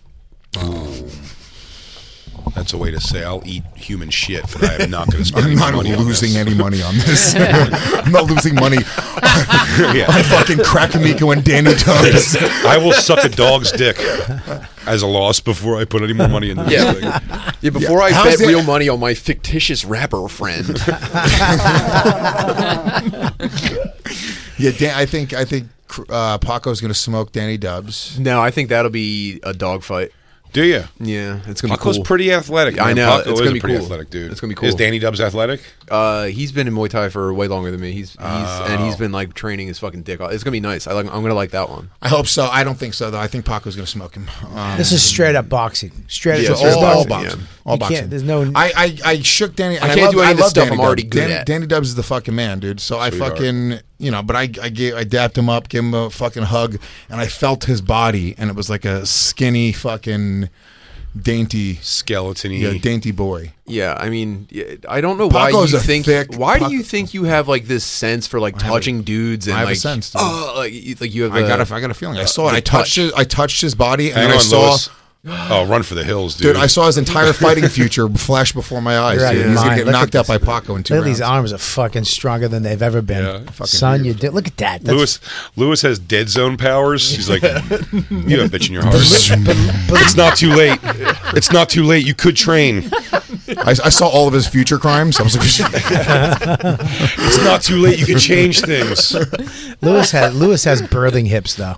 A: That's a way to say I'll eat human shit, but I am not going to spend
K: I'm
A: any
K: not
A: money on
K: losing
A: this.
K: any money on this. I'm not losing money. I fucking crack Miko and Danny Tubbs.
A: I will suck a dog's dick as a loss before I put any more money into this
H: Yeah.
A: thing.
H: Yeah, before I
K: How's
H: bet
K: it-
H: real money on my fictitious rapper friend,
K: Yeah, Dan, I think I think uh, Paco's gonna smoke Danny Dubs.
H: no, I think that'll be a dogfight.
A: Do you?
H: Yeah, it's gonna
A: Paco's
H: be cool.
A: pretty athletic.
H: I
A: man. Paco
H: know, it's
A: is
H: gonna
A: a
H: be
A: pretty
H: cool.
A: athletic, dude.
H: It's gonna be
A: Is
H: cool.
A: Danny Dubs athletic?
H: Uh, he's been in Muay Thai for way longer than me. He's he's and he's been like training his fucking dick off. It's gonna be nice. I like. I'm gonna like that one.
K: I hope so. I don't think so though. I think Paco's gonna smoke him. Um,
C: This is straight up boxing. Straight
H: Yeah,
C: up
K: so
H: straight
C: there's
K: all,
C: no-
K: all
H: boxing,
K: boxing.
H: yeah.
K: All
C: You
K: boxing.
C: can't- there's no-
K: I, I, I shook Danny. and
H: I can't
K: love,
H: do any
K: I
H: of this
K: love
H: stuff
K: Danny
H: I'm already
K: Dubs.
H: good
K: Danny,
H: at.
K: Danny Dubs is the fucking man, dude. So I
A: Sweetheart.
K: fucking you know, but I I, gave, I dapped him up, gave him a fucking hug, and I felt his body, and it was like a skinny fucking dainty,
A: Skeleton-y.
K: yeah, dainty boy.
H: Yeah, I mean, yeah, I don't know why
K: Paco's
H: you
K: a
H: think.
K: thick-
H: why
K: Pac-
H: do you think you have like this sense for like touching dudes and
K: I have a
H: like
K: sense, dude.
H: oh, like, you- like you have.
K: I
H: a-
K: got a, I got a feeling. I saw it.
H: the
K: I touched
H: touch.
K: it. I touched his body, and
A: Hang
K: then I
A: on,
K: saw
A: Louis. Oh, run for the hills, dude.
B: Dude, I saw his entire fighting future flash before my eyes.
C: You're out of
B: dude.
C: your
B: He's gonna
C: mind.
B: get
C: Look
B: knocked
C: at
B: out by Paco in two
C: Look at
B: rounds.
C: these arms are fucking stronger than they've ever been. Son, you did. Look at that. That's
A: Lewis Lewis has dead zone powers. He's like, you have a bitch in your heart. it's not too late. It's not too late. You could train.
B: I, I saw all of his future crimes. I was like,
A: It's not too late. You could change things.
C: Lewis has Lewis has birthing hips though.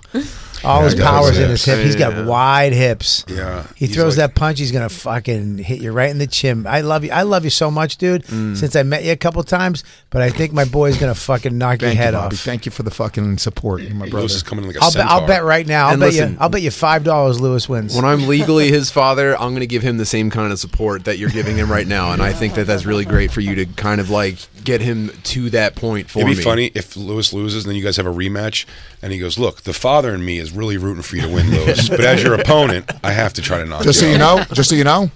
C: All
A: Yeah,
C: his
A: he got
C: powers
A: his
C: in his
A: hips.
C: hip. He's got
A: Yeah.
C: wide hips.
A: Yeah.
C: He
A: He's
C: throws that punch. He's gonna fucking hit you right in the chin. I love you. I love you so much, dude. Since I met you a couple times, but I think my boy's gonna fucking knock your
B: Thank you,
C: head
B: Bobby.
C: off.
B: Thank you for the fucking support, You're my brother.
A: is coming in like a
C: I'll, bet. I'll
A: centaur.
C: bet right now. I'll
H: And
C: bet you.
H: listen-
C: I'll bet you five dollars. Lewis wins.
H: When I'm legally his father, I'm going to give him the same kind of support that you're giving him right now, and I think that that's really great for you to kind of like get him to that point for
A: It'd be
H: me.
A: funny if Lewis loses and then you guys have a rematch and he goes, Look, the father in me is really rooting for you to win, Lewis. But as your opponent, I have to try to knock
B: Just so
A: out."
B: you know, just so you know,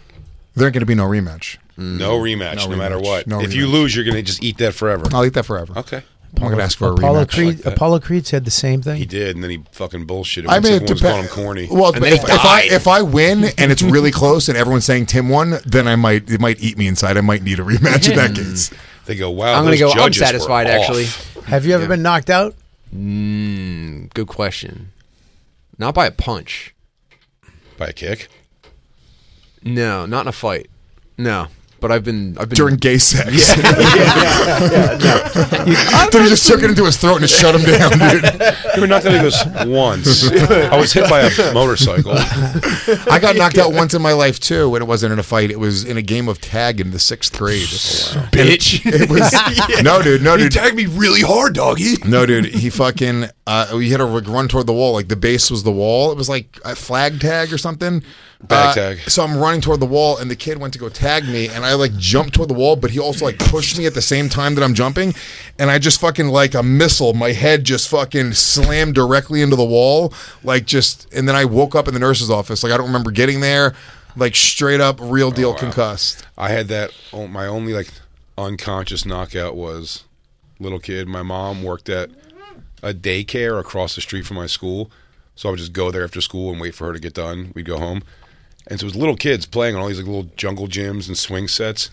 B: there ain't going to be no rematch.
A: No rematch, no,
B: No
A: matter
B: rematch.
A: what.
B: No
A: if you
B: rematch.
A: lose, you're going to just eat that forever.
B: I'll eat that forever.
A: Okay.
B: I'm going to ask for a
C: Apollo
B: rematch.
C: Creed. Apollo Creed said the same thing.
A: He did, and then he fucking bullshitted.
B: I
A: Once
B: mean, it
A: everyone was
B: depen-
A: calling him corny.
B: Well,
A: and then
B: if,
A: he
B: if I
A: died.
B: if I win and it's really close and everyone's saying Tim won, then I might it might eat me inside. I might need a rematch
H: Mm.
B: in that case.
A: they go, wow,
H: I'm
A: going
H: gonna
A: to
H: go, I'm satisfied, actually.
C: Have you ever been knocked out?
H: Mm, good question. Not by a punch.
A: By a kick?
H: No, not in a fight. No, but I've been I've been
B: During gay sex, Dude, he just took it into his throat and it shut him down, dude.
A: You were knocked out, he goes, once. I was hit by a motorcycle.
B: I got knocked out once in my life too, and it wasn't in a fight. It was in a game of tag in the sixth grade.
H: bitch.
B: It was no, dude, no, dude,
H: me really hard, doggy.
B: no, dude. He fucking uh, we had to like, run toward the wall. Like the base was the wall. It was like a flag tag or something.
A: Bag
B: Uh,
A: tag.
B: So I'm running toward the wall, and the kid went to go tag me, and I like jumped toward the wall, but he also like pushed me at the same time that I'm jumping, and I just fucking like a missile. My head just fucking slammed directly into the wall, like just. And then I woke up in the nurse's office. Like I don't remember getting there. Like straight up,
H: Oh,
B: real deal concussed.
A: I had that. oh, My only like unconscious knockout was little kid. My mom worked at a daycare across the street from my school, so I would just go there after school and wait for her to get done. We'd go home, and so it was little kids playing on all these like little jungle gyms and swing sets,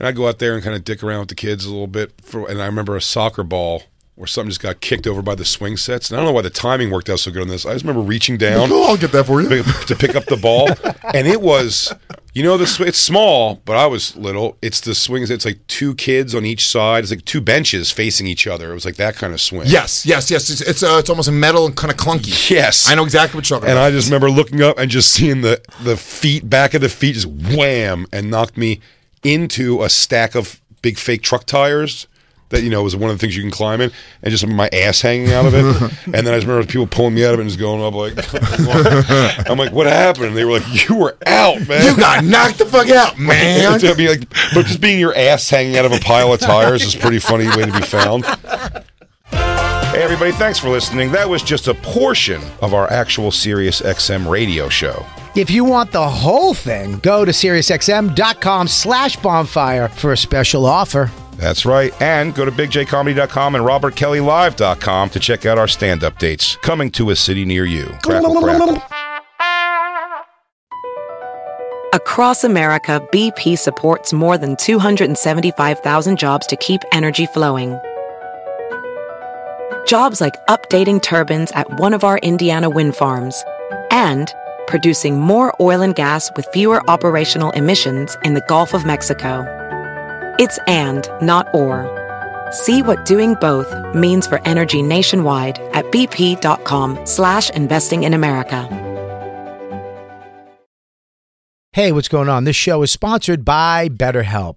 A: and I'd go out there and kind of dick around with the kids a little bit. For and I remember a soccer ball. Or something just got kicked over by the swing sets, and I don't know why the timing worked out so good on this. I just remember reaching down,
B: I'll get that for you.
A: pick up- to pick up the ball, and it was, you know, this it's small, but I was little. It's the swings. It's like two kids on each side. It's like two benches facing each other. It was like that kind of swing.
B: Yes, yes, yes. It's it's, uh, it's almost a metal and kind of clunky.
A: Yes.
B: I know exactly what you're talking
A: And
B: about.
A: I just remember looking up and just seeing the the feet back of the feet just wham and knocked me into a stack of big fake truck tires. That you know was one of the things you can climb in, and just my ass hanging out of it. and then I just remember people pulling me out of it and just going up like, I'm like, what happened? And they were like, you were out, man.
B: you got knocked the fuck out, man.
A: I mean, like, but just being your ass hanging out of a pile of tires is a pretty funny way to be found. Hey, everybody, thanks for listening. That was just a portion of our actual Sirius XM radio show.
C: If you want the whole thing, go to SiriusXM.com slash bonfire for a special offer.
A: That's right. And go to bigjcomedy.com and robertkellylive.com to check out our stand up dates coming to a city near you. Crackle, crackle.
F: Across America, BP supports more than 275,000 jobs to keep energy flowing. Jobs like updating turbines at one of our Indiana wind farms and producing more oil and gas with fewer operational emissions in the Gulf of Mexico. It's and, not or. See what doing both means for energy nationwide at bp.com slash investing in America.
C: Hey, what's going on? This show is sponsored by BetterHelp.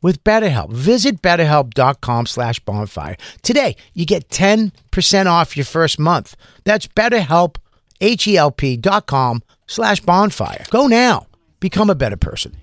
C: with BetterHelp. Visit betterhelp.com slash bonfire. Today, you get 10% off your first month. That's betterhelp, E H-E-L-P dot com slash bonfire. Go now. Become a better person.